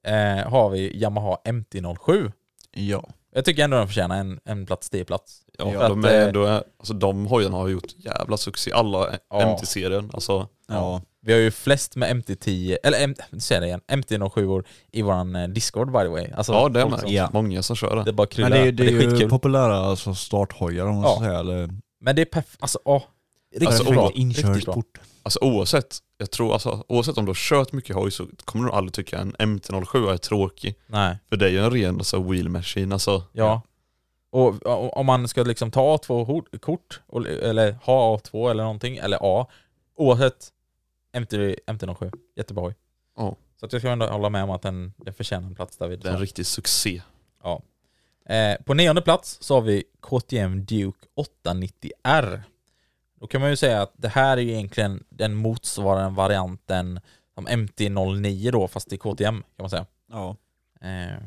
C: eh, har vi Yamaha MT-07.
B: Ja.
C: Jag tycker ändå den förtjänar en, en plats 10-plats.
A: ja,
C: för
A: de,
C: att,
A: är,
C: eh,
A: då är, alltså, de hojarna har gjort jävla succé, alla
C: Ja.
A: MT-serien. Alltså,
B: Ja.
C: Vi har ju flest med MT10, eller M, nu säger jag det igen, MT07 i våran eh, Discord by the way. Alltså,
A: ja det är
C: folk
A: med.
C: som-
B: Ja.
A: Många som kör
C: Det
A: det.
C: bara kryllar.
B: Men det är, ju- det är ju
C: skitkul.
B: populära alltså, starthojar om man
C: Ja.
B: ska säga. Eller,
C: Men det är perf- alltså, åh, riktigt
A: Alltså,
C: bra.
A: oavsett
C: Riktigt bra.
B: inkörsport.
A: Alltså oavsett, jag tror, alltså, oavsett om du har kört mycket hoj så kommer du nog aldrig tycka en MT-07 är tråkig.
C: Nej,
A: För det är ju en ren alltså, wheel machine alltså.
C: ja. Och, och om man ska liksom ta A2 hor- kort, och- eller ha A2 eller någonting, eller A, oavsett MT, MT07, jättebra hoj.
A: Ja.
C: Så att jag ska ändå hålla med om att den, den förtjänar en plats där vid.
A: Det är en riktig succé.
C: Eh, på nionde plats så har vi KTM Duke 890R. Då kan man ju säga att det här är ju egentligen den motsvarande varianten som MT-09 då, fast i KTM kan man säga.
B: Ja.
C: Eh,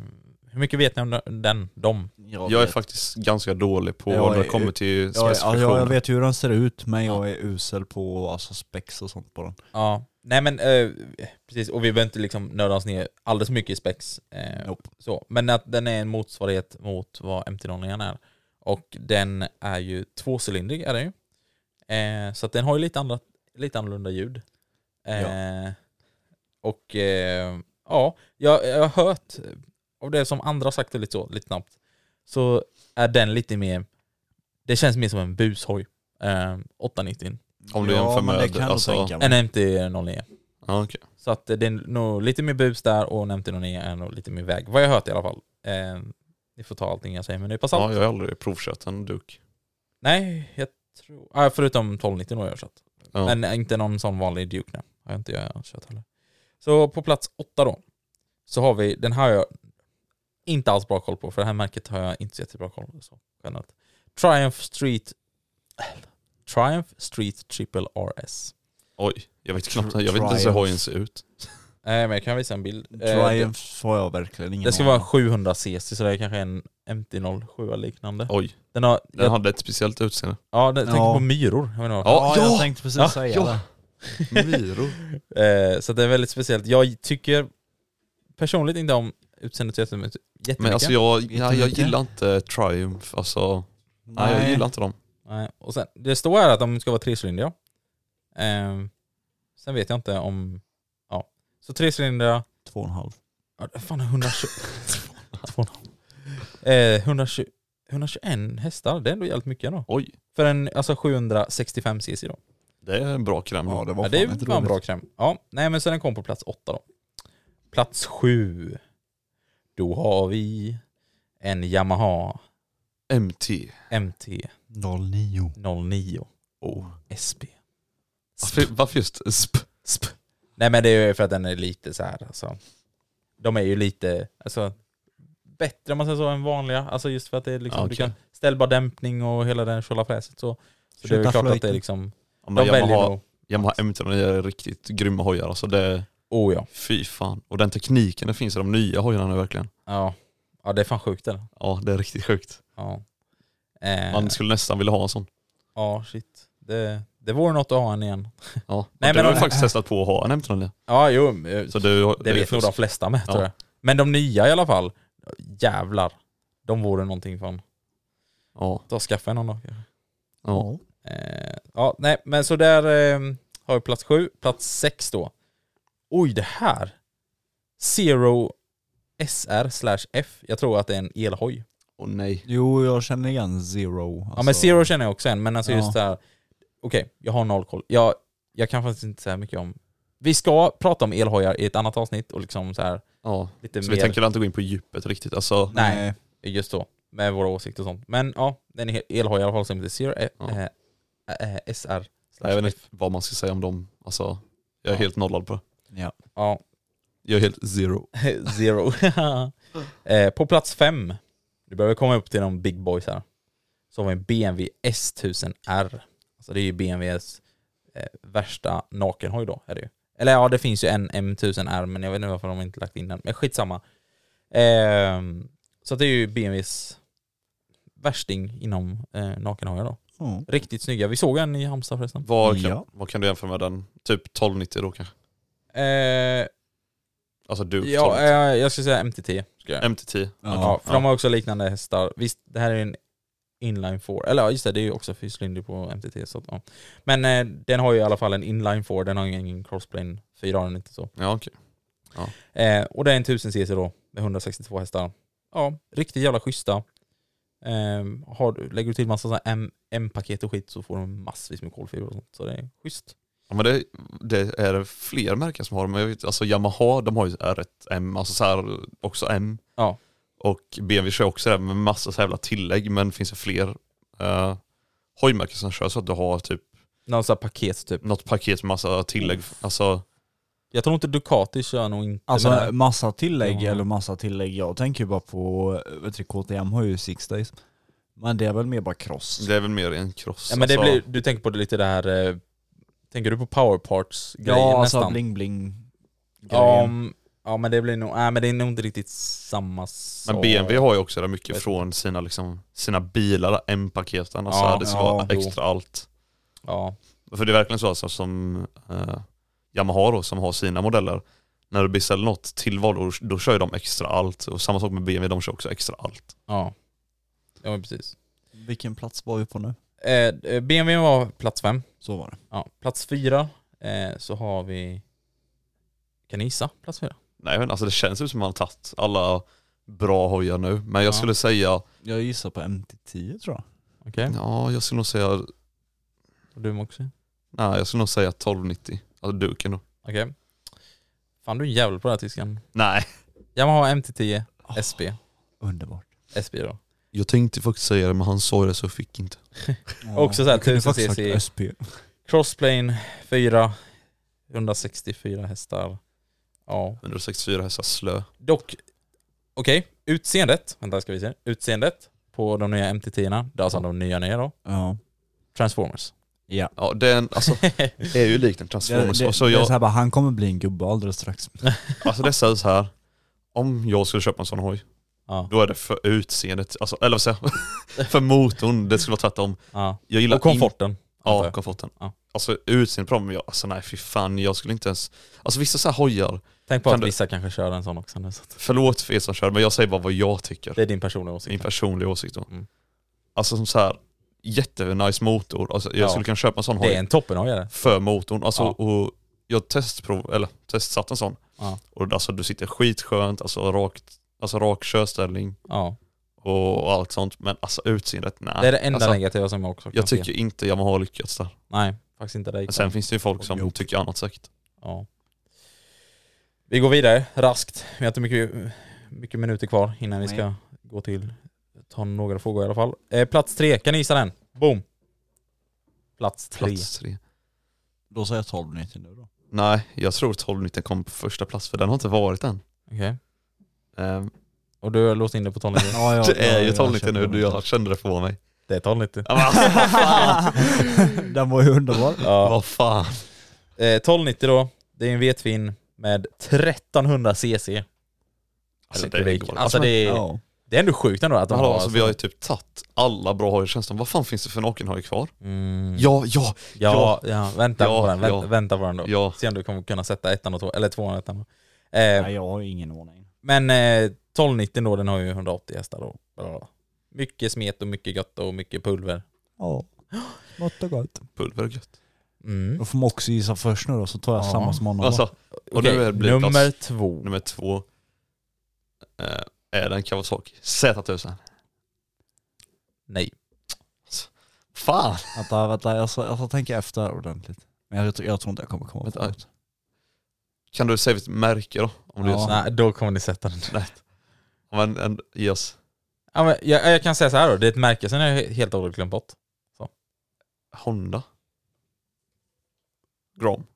C: hur mycket vet ni om den? De?
A: Jag är faktiskt ganska dålig på
B: Jag
A: när det
B: är-
A: kommer till
B: eh, Ja, ja,
A: specifikationer.
B: jag vet ju hur den ser ut men jag är usel på alltså, spex och sånt på den.
C: Ja. Nej men eh, precis, och vi behöver inte liksom nörda oss ner alldeles för mycket i spex. Eh,
B: Nope.
C: så. Men att den är en motsvarighet mot vad MT-09 är. Och den är ju tvåcylindrig är den ju. Eh, så att den har ju lite, andra, lite annorlunda ljud. Eh, Och eh, ja, jag, jag har hört eh, av det som andra har sagt det lite så, lite snabbt. Så är den lite mer, det känns mer som en bushoj. Eh, 890
A: Om du jämför
B: men det
A: med...
B: kan jag nog
A: Alltså,
B: tänka mig.
C: en MT-09.
A: ja, okej.
C: Så att eh, det är nog lite mer bus där och en MT-09 är nog lite mer väg. Vad jag har hört i alla fall. Eh, ni får ta allting jag säger men det passar
A: ja, jag har aldrig provkört en duk.
C: Nej, jag tror... Ah, förutom 1290 har jag kört.
A: Ja.
C: Men inte någon sån vanlig Duke nej. Har jag inte jag kört heller. Så på plats åtta då. Så har vi, den här har jag inte alls bra koll på för det här märket har jag inte så jättebra koll på. Så, generellt. Triumph Street... Triumph Street Triple RS.
A: Oj, jag vet knappt,
B: Tri-
A: jag vet inte ens hur
B: Triumph.
A: hojen ser ut.
C: Eh, men jag kan visa en bild. Eh, det,
B: Triumph har jag verkligen ingen
C: det ska
B: aning
C: vara
B: om.
C: en 700 cc så det är kanske en MT-07 eller liknande.
A: Oj,
C: Den har...
A: den hade ett speciellt utseende.
C: ja, den, tänk
B: Ja.
C: på myror. Jag vet inte vad-
B: Ja,
A: Ja,
B: jag
A: ja.
B: tänkte precis
C: Ja,
B: säga
A: ja.
B: det.
A: Myror.
C: Eh, så det är väldigt speciellt. Jag tycker personligen inte om utseendet jättemy- jättemycket.
A: Men alltså jag, nej, jag
B: Jättemycket.
A: gillar inte Triumph, alltså. Nej, jag gillar inte dem.
C: Nej, och sen, det står här att de ska vara trecylindriga. Eh, sen vet jag inte om... Ja. Så trecylindriga...
B: Två och en halv.
C: ja, det är Fan, 120... två och en halv. eh, 120, 121 hästar, det är ändå jävligt mycket då.
A: Oj,
C: För en alltså 765 cc då.
A: det är en bra kräm.
B: Ja, det var
C: ja, det är
B: fan inte
C: fan
B: dåligt.
C: bra kräm. Ja, nej men så den kom på plats åtta då. Plats sju. Då har vi en Yamaha
A: MT.
C: MT-09
B: 09.
A: Oh.
C: SP.
A: Varför, varför just sp?
C: Sp. Nej men det är ju för att den är lite så här alltså. De är ju lite, alltså bättre om man säger så än vanliga. Alltså just för att det är liksom,
A: Ja,
C: du
A: okej.
C: kan ställbar dämpning och hela den tjolafräset så. Så det är
B: Sluta
C: ju klart att det är
B: flöjten.
C: liksom,
A: Ja,
C: de
A: men
C: väljer
A: Yamaha,
C: nog,
A: Yamaha MT är riktigt grymma hojar. Alltså det,
C: oh ja.
A: fy fan. Och den tekniken det finns i de nya hojarna nu verkligen.
C: ja. Ja det är fan sjukt eller?
A: Ja, det är riktigt sjukt.
C: Ja. Eh,
A: Man skulle nästan vilja ha en sån.
C: Ja, shit. Det, det vore något att ha en igen.
A: Ja.
C: Nej,
A: Nej, du
C: men
A: har ju
C: de-
A: faktiskt testat på att ha en MT09.
C: Ja, jo. eh,
A: Så du,
C: det
A: är
C: vet nog
A: först.
C: de flesta med, tror
A: Ja.
C: jag. Men de nya i alla fall. Jävlar. De vore någonting fan.
A: Ja,
C: Ta och skaffa någon då.
A: ja.
C: Eh, ja, nej, men så där eh, har vi plats sju. Plats sex då. Oj, det här. Zero SR slash F. Jag tror att det är en elhoj.
A: Och nej.
B: Jo, jag känner igen Zero.
C: Ja
B: alltså.
C: men Zero känner jag också en, men alltså
B: Ja.
C: just det här. Okej, jag har noll koll. Jag, jag kan faktiskt inte säga mycket om... Vi ska prata om elhojar i ett annat avsnitt och liksom så här
A: Ja.
C: lite
A: Så
C: mer
A: vi tänker inte gå in på djupet riktigt. Alltså,
C: Nej. just då, med våra åsikter och sånt. Men ja, den är elhoj i alla fall som heter Zero eh,
A: Ja.
C: eh, eh, SR.
A: jag vet inte vad man ska säga om dem. Alltså, jag är
C: Ja.
A: helt nollad på det.
B: Ja.
C: Ja,
A: Jag är helt zero.
C: Zero. eh, på plats fem, nu börjar vi komma upp till de big boys här. Så har vi en BMW S1000R. Alltså det är ju BMWs eh, värsta nakenhoj då, är det ju. Eller ja, det finns ju en M1000R, men jag vet inte varför de inte lagt in den. Men skitsamma. Eh, så det är ju BMWs värsting inom eh, nakenhojar då.
B: Ja.
C: Riktigt snygga. Vi såg en i Halmstad förresten.
A: Vad kan,
B: Ja.
A: vad kan du jämföra med den? Typ 1290 då kanske?
C: Eh,
A: Alltså du,
C: ja,
A: 1290.
C: eh, jag skulle säga MT10. Ska jag.
A: MT10.
B: Ja.
C: Ja, för de har också liknande hästar. Visst, det här är en inline 4. Eller ja, just det, det är ju också fyrcylindrig på MTT. Så att, ja. Men eh, den har ju i alla fall en inline 4, den har ju ingen crossplane 4, har den inte så.
A: Ja, okej.
C: Eh, och det är en 1000 cc då, med 162 hästar. Ja, riktigt jävla schyssta. Ehm, har, du- lägger du till massa såna här M- M-paket och skit så får du massvis med kolfiber och sånt. Så det är schysst.
A: Ja, men det, det är fler märken som har dem. Jag vet, alltså Yamaha, de har ju R1M, alltså så här, också M.
C: Ja.
A: Och BMW kör också det här med massa så här jävla tillägg, men finns det fler eh, hojmärken som kör så att du har typ
C: Någon sån här paket typ.
A: något paket med massa tillägg. Alltså,
C: Jag tror inte Ducati kör nog inte med det
B: Alltså
C: här.
B: massa tillägg
C: Ja.
B: eller massa tillägg. Jag tänker ju bara på, vet du, KTM har ju Six Days. Men det är väl mer bara cross.
A: det är väl mer en cross.
C: Ja, men det
A: alltså,
C: blir, du tänker på det lite det här, eh, tänker du på powerparts-grejen
B: ja, alltså
C: nästan?
B: bling bling.
C: ja, mm. om- ja men det blir nog, nej men det är nog inte riktigt samma sak.
A: men BMW har ju också det mycket
C: Vet-
A: från sina, liksom, sina bilar, M-paketen. Alltså,
C: Ja,
A: det ska
B: ja,
A: vara
C: jo.
A: extra allt.
C: Ja,
A: För det är verkligen så alltså, som eh, Yamaha då, som har sina modeller. När du beställer något tillval, då, då kör ju de extra allt. Och samma sak med BMW, de kör också extra allt.
C: ja. Ja men precis.
B: Vilken plats var vi på nu?
C: Eh, BMW var plats fem.
B: Så var det.
C: Ja, plats fyra eh, så har vi... Kan ni gissa plats fyra?
A: Nej men alltså det känns ju som man har tagit alla bra hojar nu. Men jag
C: Ja.
A: skulle säga,
B: Jag gissar på MT10 tror jag.
C: Okej.
A: ja jag skulle nog säga,
C: Och du också?
A: nej jag skulle nog säga 1290. Alltså duken då.
C: Okej. Fan du är en jävel på det här tyskan.
A: Nej.
C: Yamaha MT10 SP.
B: Underbart.
C: SP då.
A: Jag tänkte faktiskt säga det men han sa det så jag fick inte.
C: Också så här
B: Jag kunde
C: 1000
B: faktiskt sagt
C: cc.
B: SP.
C: Crossplane 4. 164 hästar. Ja.
A: 164 hästar slö.
C: Dock, okej, utseendet, vänta ska vi se, utseendet på de nya MT10-erna, det är alltså de nya nya då,
B: Ja.
C: Transformers.
B: Ja.
A: Ja den, alltså det är ju likt en
B: Det,
A: Transformers.
B: det,
A: alltså,
B: det är
A: jag,
B: så här bara, han kommer bli en gubbe alldeles strax.
A: alltså det sägs här, om jag skulle köpa en sån hoj,
C: ja,
A: då är det för utseendet, alltså, eller vad säger jag? För motorn, det skulle vara tvärtom.
C: ja.
A: Jag gillar
C: Och komforten. antar
A: Ja,
C: jag.
A: komforten.
C: Ja.
A: Alltså utseendet på dem, jag, alltså nej fy fan, jag skulle inte ens... Alltså vissa så här hojar,
C: Tänk på
A: Kan
C: att
A: du-
C: vissa kanske kör en sån också nu. Så att
A: förlåt för er som kör, men jag säger bara vad jag tycker.
C: det är din personliga
A: Min
C: åsikt.
A: personliga åsikt då.
C: Mm.
A: Alltså som så här, jättenice motor. Alltså, jag
C: Ja.
A: skulle kunna köpa en sån
C: Det
A: hoj
C: är en toppenhojare.
A: för motorn. Alltså,
C: Ja.
A: och jag testprov, eller testsatt en sån.
C: Ja.
A: Och alltså du sitter skitskönt, alltså, rakt, alltså rak körställning
C: Ja.
A: och allt sånt. Men alltså utseendet, nej.
C: Det är det enda
A: alltså,
C: negativa som jag också kan
A: jag
C: se.
A: tycker inte Yamaha har lyckats där.
C: Nej, faktiskt inte dig.
A: Men sen finns det ju folk som
B: Jo.
A: tycker annat säkert.
C: Ja. Vi går vidare raskt. Vi har inte mycket, mycket minuter kvar innan vi ska gå till, ta några frågor i alla fall. Eh, plats tre, kan ni gissa den? Boom! Plats tre.
A: Plats tre.
B: Då säger jag 1290 nu då.
A: Nej, jag tror 1290 kom på första plats för den har inte varit än.
C: Okej.
A: Ehm,
C: Och du har låst in det på 1290?
B: Ja, ja,
A: det är
B: ja,
A: ju
B: jag
A: 1290
B: köper
A: nu,
B: den.
A: du, jag kände det på mig.
C: Det är 1290.
A: Ja, men alltså, vad fan?
B: Den var ju underbar.
C: Ja.
A: Vad fan?
C: Eh, 1290 då, det är en V-twin med 1300 cc.
A: Alltså,
C: Eller
A: det är
C: kubik.
A: galet.
C: alltså det är,
B: Ja.
C: det är ändå sjukt ändå att de
A: Hallå,
C: har...
A: alltså, vi har ju typ tagit alla bra hojar känns det som. Vad fan finns det för nakenhoj kvar?
C: mm, ja,
A: Ja, ja,
C: ja, vänta
A: Ja,
C: på den, vänta,
A: ja.
C: vänta på den då.
A: ja.
C: Se om du kommer kunna sätta ettan och två, eller tvåan och ettan. då.
B: Nej,
C: Eh,
B: jag har ju ingen aning.
C: men eh, 1290 då, den har ju 180 hästar då. Ja. Mycket smet och mycket gött och mycket pulver.
B: Ja. Något och gott.
A: Pulver och gött.
C: Mm.
B: Då får man också gissa först nu då, så tar jag
C: Ja.
B: samma som honom.
A: Alltså, och
C: Okej,
A: nu är det blir
C: nummer
A: plats
C: två.
A: nummer två. Eh, är den Kawasaki Z1000?
C: Nej.
A: Fan!
B: Vänta, vänta, jag ska, jag ska tänka efter ordentligt. Men jag, tror- jag tror inte jag kommer komma på
A: Vänta.
B: något.
A: Kan du säga vilket märke då? Om du
B: Ja.
A: gör så?
C: Nej, då kommer ni sätta den.
A: Nej. Men en, ge oss.
C: Ja, men jag, jag kan säga så här då, det är ett märke som jag helt och hållet glömt bort.
A: Honda? Grom?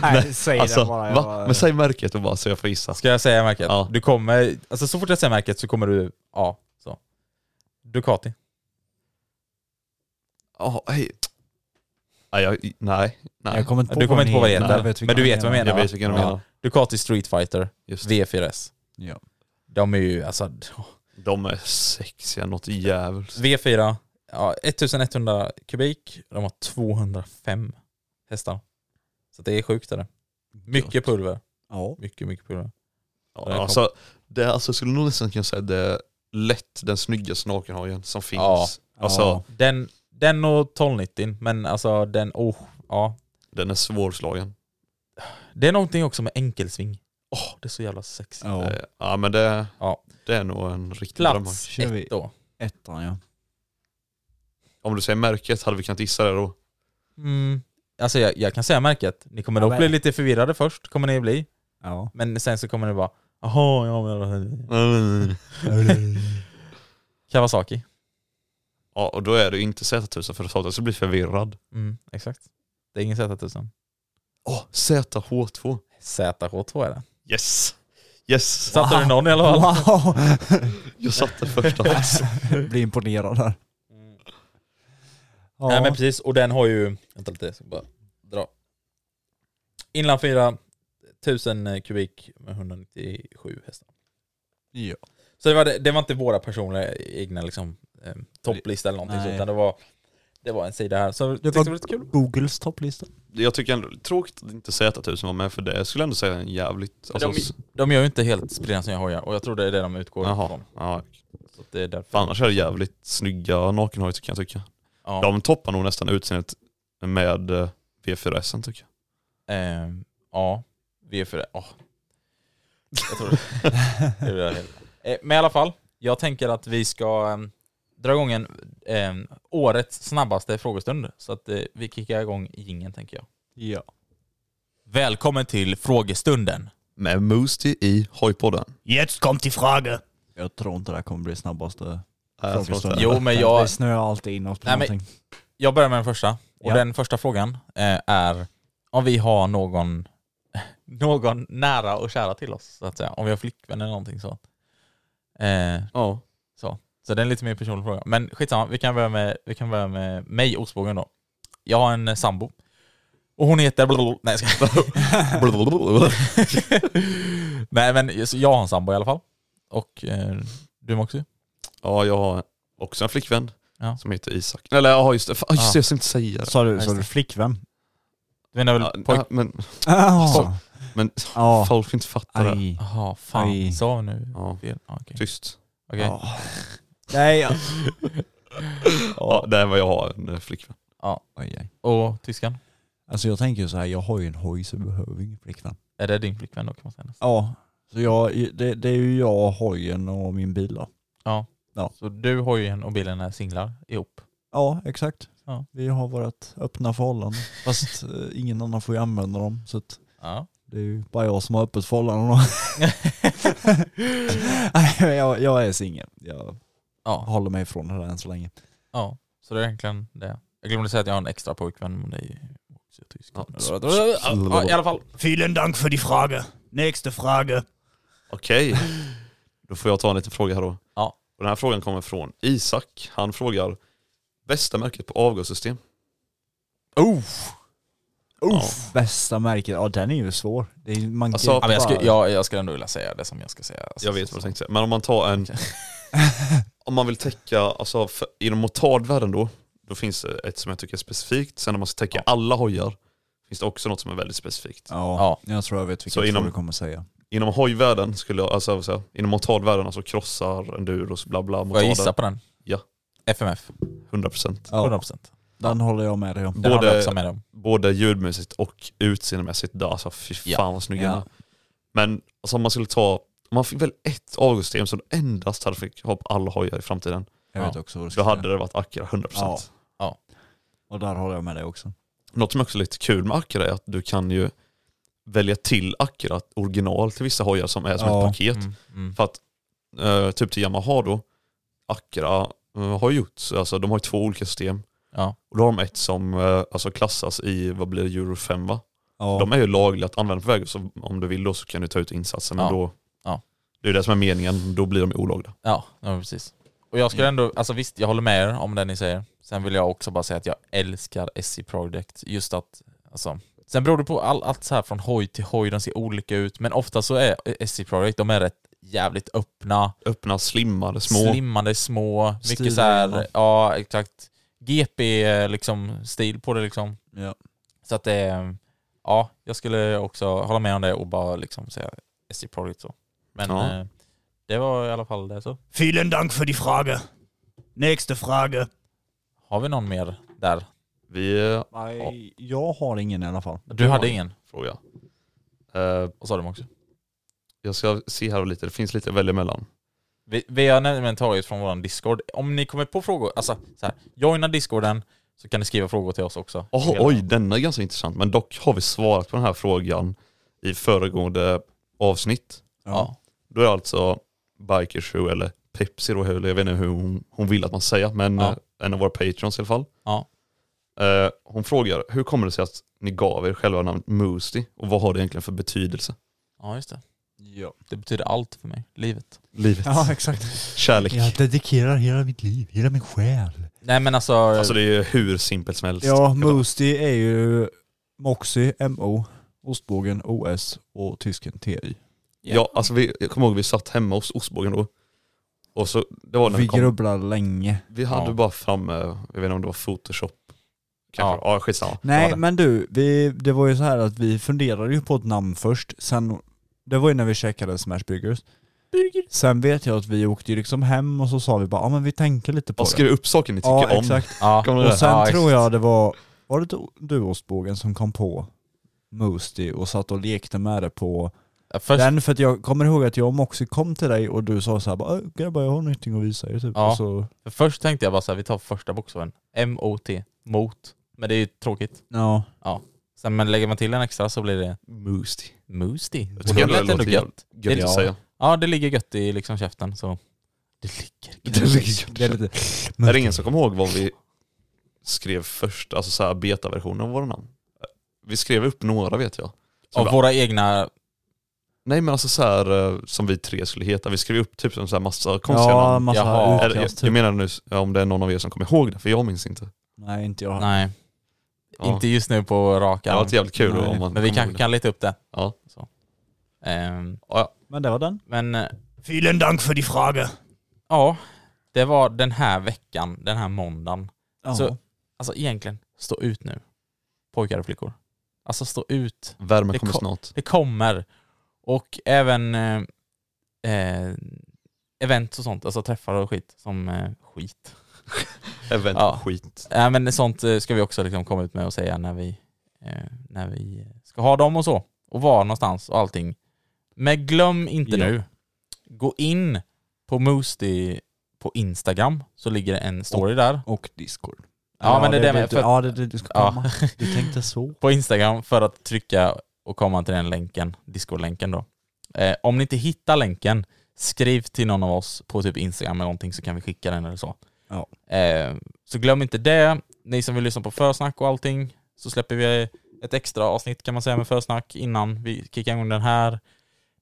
B: Nej, säg
A: Alltså,
B: det bara.
A: va?
B: Jag,
A: Men säg märket och bara så jag får gissa.
C: Ska jag säga märket?
A: Ja.
C: Du kommer, alltså så fort jag säger märket så kommer du, ja, så. Ducati.
A: Oh, hej. Nej, jag, nej, nej.
B: jag kommer inte på
C: Du kommer inte på vad det heter, men du vet vad jag menar
A: jag
C: va?
A: vet vilken du
C: Ja.
A: menar.
C: Ducati Street Fighter
A: Just det.
C: V4S.
B: Ja.
C: De är ju alltså,
A: De är sexiga något jävligt.
C: V4, ja, 1100 kubik, de har 205 hästar. Så det är sjukt är det. Mycket pulver.
B: Ja.
C: Mycket, mycket pulver.
A: Ja, alltså, det, är- alltså, jag skulle nog nästan kunna säga det är lätt den snyggaste nakenhojen som finns.
C: Ja.
A: Alltså,
B: Ja.
C: Den, den och 1290, men alltså den, oh, ja.
A: den är svårslagen.
C: Det är någonting också med enkelsving. Åh, det är så jävla sexigt.
B: ja.
A: Eh, Ja, men det,
C: Ja.
A: det är nog en riktig drömhoj.
C: Plats
B: kör vi.
C: ett då.
B: Ettan ja.
A: Om du säger märket hade vi kunnat gissa det då.
C: Mm. Alltså jag, jag kan säga märket. Ni kommer
B: Ja,
C: dock
B: men-
C: bli lite förvirrade först, kommer ni bli.
B: Ja.
C: Men sen så kommer ni bara Jaha, ja men... Kawasaki.
A: Ja, och då är det ju inte Z1000 för att jag skulle bli förvirrad.
C: Mm, exakt. Det är ingen Z1000.
A: Åh, ZH2.
C: ZH2 är det.
A: Yes! Yes! Ah,
C: Satte du någon i alla fall?
B: Wow!
A: Jag satte första plats.
B: Blir imponerad här. Ja.
C: Nej Mm. men precis, och den har ju... Vänta lite, jag ska bara dra. Inland 4, 1000 kubik med 197 hästar.
B: ja.
C: Så det var, det var inte våra personliga egna liksom, eh, topplista eller någonting
B: Nej.
C: så, utan det var Det var en sida här, så liksom,
B: Det
C: det var... det var lite
B: var
C: kul.
B: Googles topplista.
A: Jag tycker ändå, tråkigt att inte Z1000 var med för det. Jag skulle ändå säga en jävligt...
C: De,
A: Alltså,
C: de gör ju inte helt sprillans nya hojar och jag tror det är det de utgår
A: jaha.
C: ifrån.
A: Ja,
C: Så att det är därför.
A: för annars är det jävligt snygga nakenhojar kan jag tycka.
C: Ja.
A: De toppar nog nästan utseendet med eh, V4S tycker jag.
C: Ehm, ja, vi är för det. Ja. Jag tror det. det är det helt. Eh, men i alla fall, jag tänker att vi ska eh, dra igång en, eh, årets snabbaste frågestund. Så att eh, vi kickar igång ingen tänker jag.
B: Ja.
C: Välkommen till frågestunden.
A: Med Moosty i hojpodden.
B: Jetzt kommt die Frage. Jag tror inte det här kommer bli snabbaste
A: Äh, jag tror inte det.
C: Jo. men jag-
B: Vi snöar alltid in oss på
C: Nej, men-
B: någonting.
C: Jag börjar med den första. Och
B: Ja.
C: den första frågan eh, är om vi har någon, någon nära och kära till oss. Så att säga. Om vi har flickvän eller någonting sånt. Eh,
A: Ja.
C: Så. så det är en lite mer personlig fråga. Men skitsamma, vi kan börja med, vi kan börja med mig, Osbogen då. Jag har en eh, sambo. Och hon heter... blablabla- Nej, jag skojar. Blablabla. Nej men så jag har en sambo i alla fall. Och eh, du också ju.
A: ja, jag har också en flickvän
C: Ja.
A: som heter Isak. Eller ja, just det. Fan, just
C: Ja.
A: det, jag ska inte säga det.
B: Sa du,
C: just
B: sa
C: det.
B: du flickvän?
C: Du menar väl
A: Ja,
C: pojk...
A: ja, men
B: Ah.
A: men
B: Ja.
A: folk får inte fatta det.
B: Aj.
C: Jaha, fan.
B: Aj.
C: Sa hon nu
A: Ja,
C: fel? Ja, Okej.
A: tyst.
C: Okej.
B: Ja. Nej, ja.
A: Ja, det är vad jag har, en eh, flickvän.
B: Aj, aj.
C: Och tyskan?
B: Alltså jag tänker ju så här, jag har ju en hoj så jag behöver ingen flickvän.
C: Är det din flickvän då kan man säga nästan.
B: Ja, så jag, det, det är ju jag, hojen och min bil då.
C: Så du har ju en och bilen är singlar ihop.
B: Ja, exakt.
C: Ja.
B: Vi har vårt öppna förhållande. Fast eh, ingen annan får ju använda dem. Så att
C: Ja.
B: det är ju bara jag som har öppet förhållande då. Nej, men jag, jag är singel. Jag
C: ja.
B: håller mig ifrån det där än så länge.
C: Ja. Så det är egentligen det. Jag glömde säga att jag har en extra pojkvän men det är ju också tyskan.
A: Ja.
C: Ja, i alla fall.
B: Vielen Dank för din fråga. Nästa fråga.
A: Okej, då får jag ta en liten fråga här då.
C: Ja.
A: Och den här frågan kommer från Isak. Han frågar bästa märket på avgassystem.
C: Oh.
B: Uff. Bästa märket, ja den är ju svår. Det är, man
A: Alltså,
B: kan
C: Ja, men jag, skulle,
B: bara-
C: jag, jag skulle ändå vilja säga det som jag ska säga. Alltså,
A: Jag vet vad du tänkte säga. Men om man tar en... om man vill täcka, alltså för, inom motardvärlden då, då finns det ett som jag tycker är specifikt. Sen när man ska täcka alla hojar finns det också något som är väldigt specifikt.
B: Ja, jag tror jag vet
A: Så
B: vilken fråga
A: inom-
B: du kommer säga.
A: Inom hojvärlden skulle jag, alltså vad säger jag? inom motardvärlden, alltså krossar, enduros, bla bla,
C: Får jag
A: motarder.
C: gissa på den?
A: Ja.
C: FMF,
A: gissa? 100%.
B: Ja.
C: 100%.
B: Den håller jag med dig om.
C: Den
A: Både-
C: har jag också med dem.
A: Både ljudmässigt och utseendemässigt, där, alltså fy fan
C: Ja.
A: vad snygga
B: Ja.
A: de är. Men alltså, om man skulle ta, om man fick väl ett avgassystem som endast hade fick ha på alla hojar i framtiden,
B: Jag vet
C: Ja.
B: också vad du
A: då
B: ska säga.
A: hade det varit Acura 100%.
B: Ja. Och där håller jag med dig också.
A: Något som också är lite kul med Acura är att du kan ju välja till Acura original till vissa hojar som är som
B: Ja.
A: ett paket.
C: Mm, mm.
A: För att eh, typ till Yamaha då, Acura eh, har gjort, så- alltså de har ju två olika system.
C: Ja.
A: Och då har de ett som eh, alltså klassas i, vad blir det, euro 5 va?
B: Ja.
A: De är ju lagliga att använda på vägen, så om du vill då så kan du ta ut insatsen. Men
C: Ja.
A: då,
C: Ja.
A: det är det som är meningen, då blir de ju olagliga.
C: Ja, ja, men precis. Och jag
A: Mm.
C: skulle ändå, alltså visst jag håller med er om det ni säger. Sen vill jag också bara säga att jag älskar SC Project. Just att, alltså. Sen beror det på all, allt så här från hoj till hoj, de ser olika ut. Men ofta så är SC Project, de är rätt jävligt öppna.
A: Öppna, slimmade, små.
C: Slimmade, små. Mycket
B: Stil
C: så här,
B: igenom.
C: ja exakt. GP liksom, stil på det liksom.
B: Ja.
C: Så att det, ja, jag skulle också hålla med om det och bara liksom säga SC Project så. Men
A: Ja.
C: eh, det var i alla fall det så.
B: Vielen Dank för din fråga. Nästa fråga.
C: Har vi någon mer där?
A: Vi eh,
B: Nej, jag har ingen i alla fall.
C: Du,
A: har
C: hade
A: ju-
C: ingen?
A: frågar. Eh,
C: Och sa de också.
A: jag ska se här lite, det finns lite att välja mellan.
C: Vi, vi har nämligen tagit från vår Discord. Om ni kommer på frågor, alltså så här, joina Discorden så kan ni skriva frågor till oss också.
A: Oh, oj, denna är ganska intressant. Men dock har vi svarat på den här frågan i föregående avsnitt.
C: Ja.
A: Då är det alltså Biker Shoe eller Pepsi då, eller jag vet inte hur hon, hon vill att man säger, men
C: Ja.
A: eh, en av våra patrons i alla fall.
C: Ja.
A: Eh, hon frågar, hur kommer det sig att ni gav er själva namnet Moosty och vad har det egentligen för betydelse?
C: ja, just det.
B: Ja,
C: Det betyder allt för mig. Livet.
A: Livet.
B: ja exakt.
A: Kärlek.
B: Jag dedikerar hela mitt liv, hela min själ.
C: Nej men alltså,
A: Alltså det är ju hur simpelt som helst.
B: Ja, Moosty är ju Moxie, MO, Ostbågen, OS och tysken, TY.
A: Ja, alltså vi, jag kommer ihåg vi satt hemma hos ostbågen då. Och så, det var när vi,
B: Vi
A: kom,
B: grubblar länge.
A: vi hade
C: Ja.
A: bara framme, jag vet inte om det var photoshop kanske, ja, skitsamma.
B: Nej
A: Ja, det.
B: men du, vi, det var ju så här att vi funderade ju på ett namn först, sen, det var ju när vi käkade Smash Burgers. Sen vet jag att vi åkte ju liksom hem och så sa vi bara, ja ah, men vi tänker lite på
A: Och
B: det.
A: skriv upp saker ni tycker
B: Ja
A: om.
B: exakt.
C: Ja.
A: Kommer du
B: Och
A: ihåg?
B: sen
C: Ja,
B: tror
C: exakt.
B: jag det var, var det då- du Ostbågen som kom på Moosty och satt och lekte med det på
C: Ja, Först,
B: den för att jag kommer ihåg att jag och Moxie kom till dig och du sa så här bara "Äh, grabbar jag har någonting att visa er typ.
C: Ja.
B: Och så,
C: för först tänkte jag bara så här, vi tar första bokstaven. M-O-T. Mot. Men det är ju tråkigt.
B: ja.
C: Sen, men lägger man till en extra så blir det
A: Moosty.
C: Moosty.
A: Jag tycker ändå det låter jävligt gött
C: Det-
A: att säga.
C: Ja, det ligger gött i liksom käften så. Det ligger
A: Det ligger-
B: Det är lite...
A: Är det ingen som kommer ihåg vad vi skrev först, alltså så här betaversionen av våra namn? Vi skrev upp några vet jag. Så
C: Av
A: vi-
C: våra egna...
A: Nej men alltså så här eh, som vi tre skulle heta, vi skrev upp typ som så här massa konstiga
B: Ja,
A: namn.
B: massa
C: Jaha.
A: Eller, jag,
B: utkast
A: jag
B: typ.
A: menar nu s- om det är någon av er som kommer ihåg det, för jag minns inte.
B: Nej inte jag.
C: Nej,
A: Ja.
C: inte just nu på rak
A: det hade
C: arm.
A: varit jävligt kul
B: Nej.
A: om man
C: Men vi
A: kommer
C: kanske
A: ihåg
C: kan leta upp det.
A: Ja.
C: Så. Ehm,
B: Men det var den.
C: men eh,
B: Vielen dank för die Frage.
C: ja, det var den här veckan, den här måndagen.
B: Ja.
C: Så- Alltså egentligen, stå ut nu. Pojkar och flickor. Alltså stå ut.
A: det. Värme
C: Det
A: kommer
C: kom-
A: snart.
C: Det kommer. Och även eh, eh, event och sånt, alltså träffar och skit. Som eh, skit.
A: Event
C: Ja.
A: skit.
C: Ja men sånt eh, ska vi också liksom komma ut med och säga när vi, eh, när vi ska ha dem och så. Och var någonstans och allting. Men glöm inte
B: Ja.
C: nu. Gå in på Moosty på Instagram så ligger det en story där.
B: Och Discord.
C: Ja, men det är det med.
B: du-
C: För-
B: Ja det är det du ska
C: Ja.
B: komma. Du tänkte så.
C: På Instagram för att trycka och komma till den länken, Discord-länken då. Eh, om ni inte hittar länken, skriv till någon av oss på typ Instagram eller någonting så kan vi skicka den eller så.
B: Ja.
C: Eh, så glöm inte det. Ni som vill lyssna på försnack och allting så släpper vi ett extra avsnitt kan man säga med försnack innan vi kickar igång den här.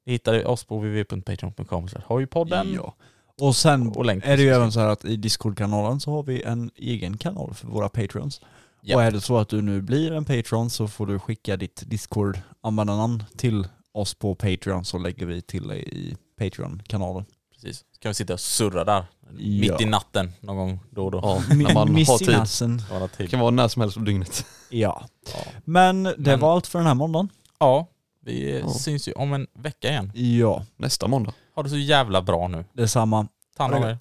C: Ni hittar oss på www.patreon.com hojpodden.
B: Ja. Och sen
C: Och länk.
B: är det ju även så här att i Discord-kanalen så har vi en egen kanal för våra patrons.
C: Ja.
B: Och är det så att du nu blir en patron så får du skicka ditt Discord-användarnamn till oss på Patreon så lägger vi till dig i Patreon-kanalen.
C: Precis. Så kan vi sitta och surra där
B: Ja.
C: mitt i natten någon gång då och då.
A: Ja, när man
B: Miss
A: har
B: i
A: tid.
B: natten.
C: Bara
A: Det
C: till.
A: kan vara när som helst på dygnet.
B: Ja.
C: Ja.
B: Men det
C: Men-
B: var allt för den här måndagen.
C: ja, vi eh,
A: Ja.
C: syns ju om en vecka igen.
B: Ja,
A: Nästa måndag.
C: Ha det så jävla bra nu.
B: detsamma.
C: Ta hand om er.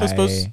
C: Puss, puss.
B: Hej.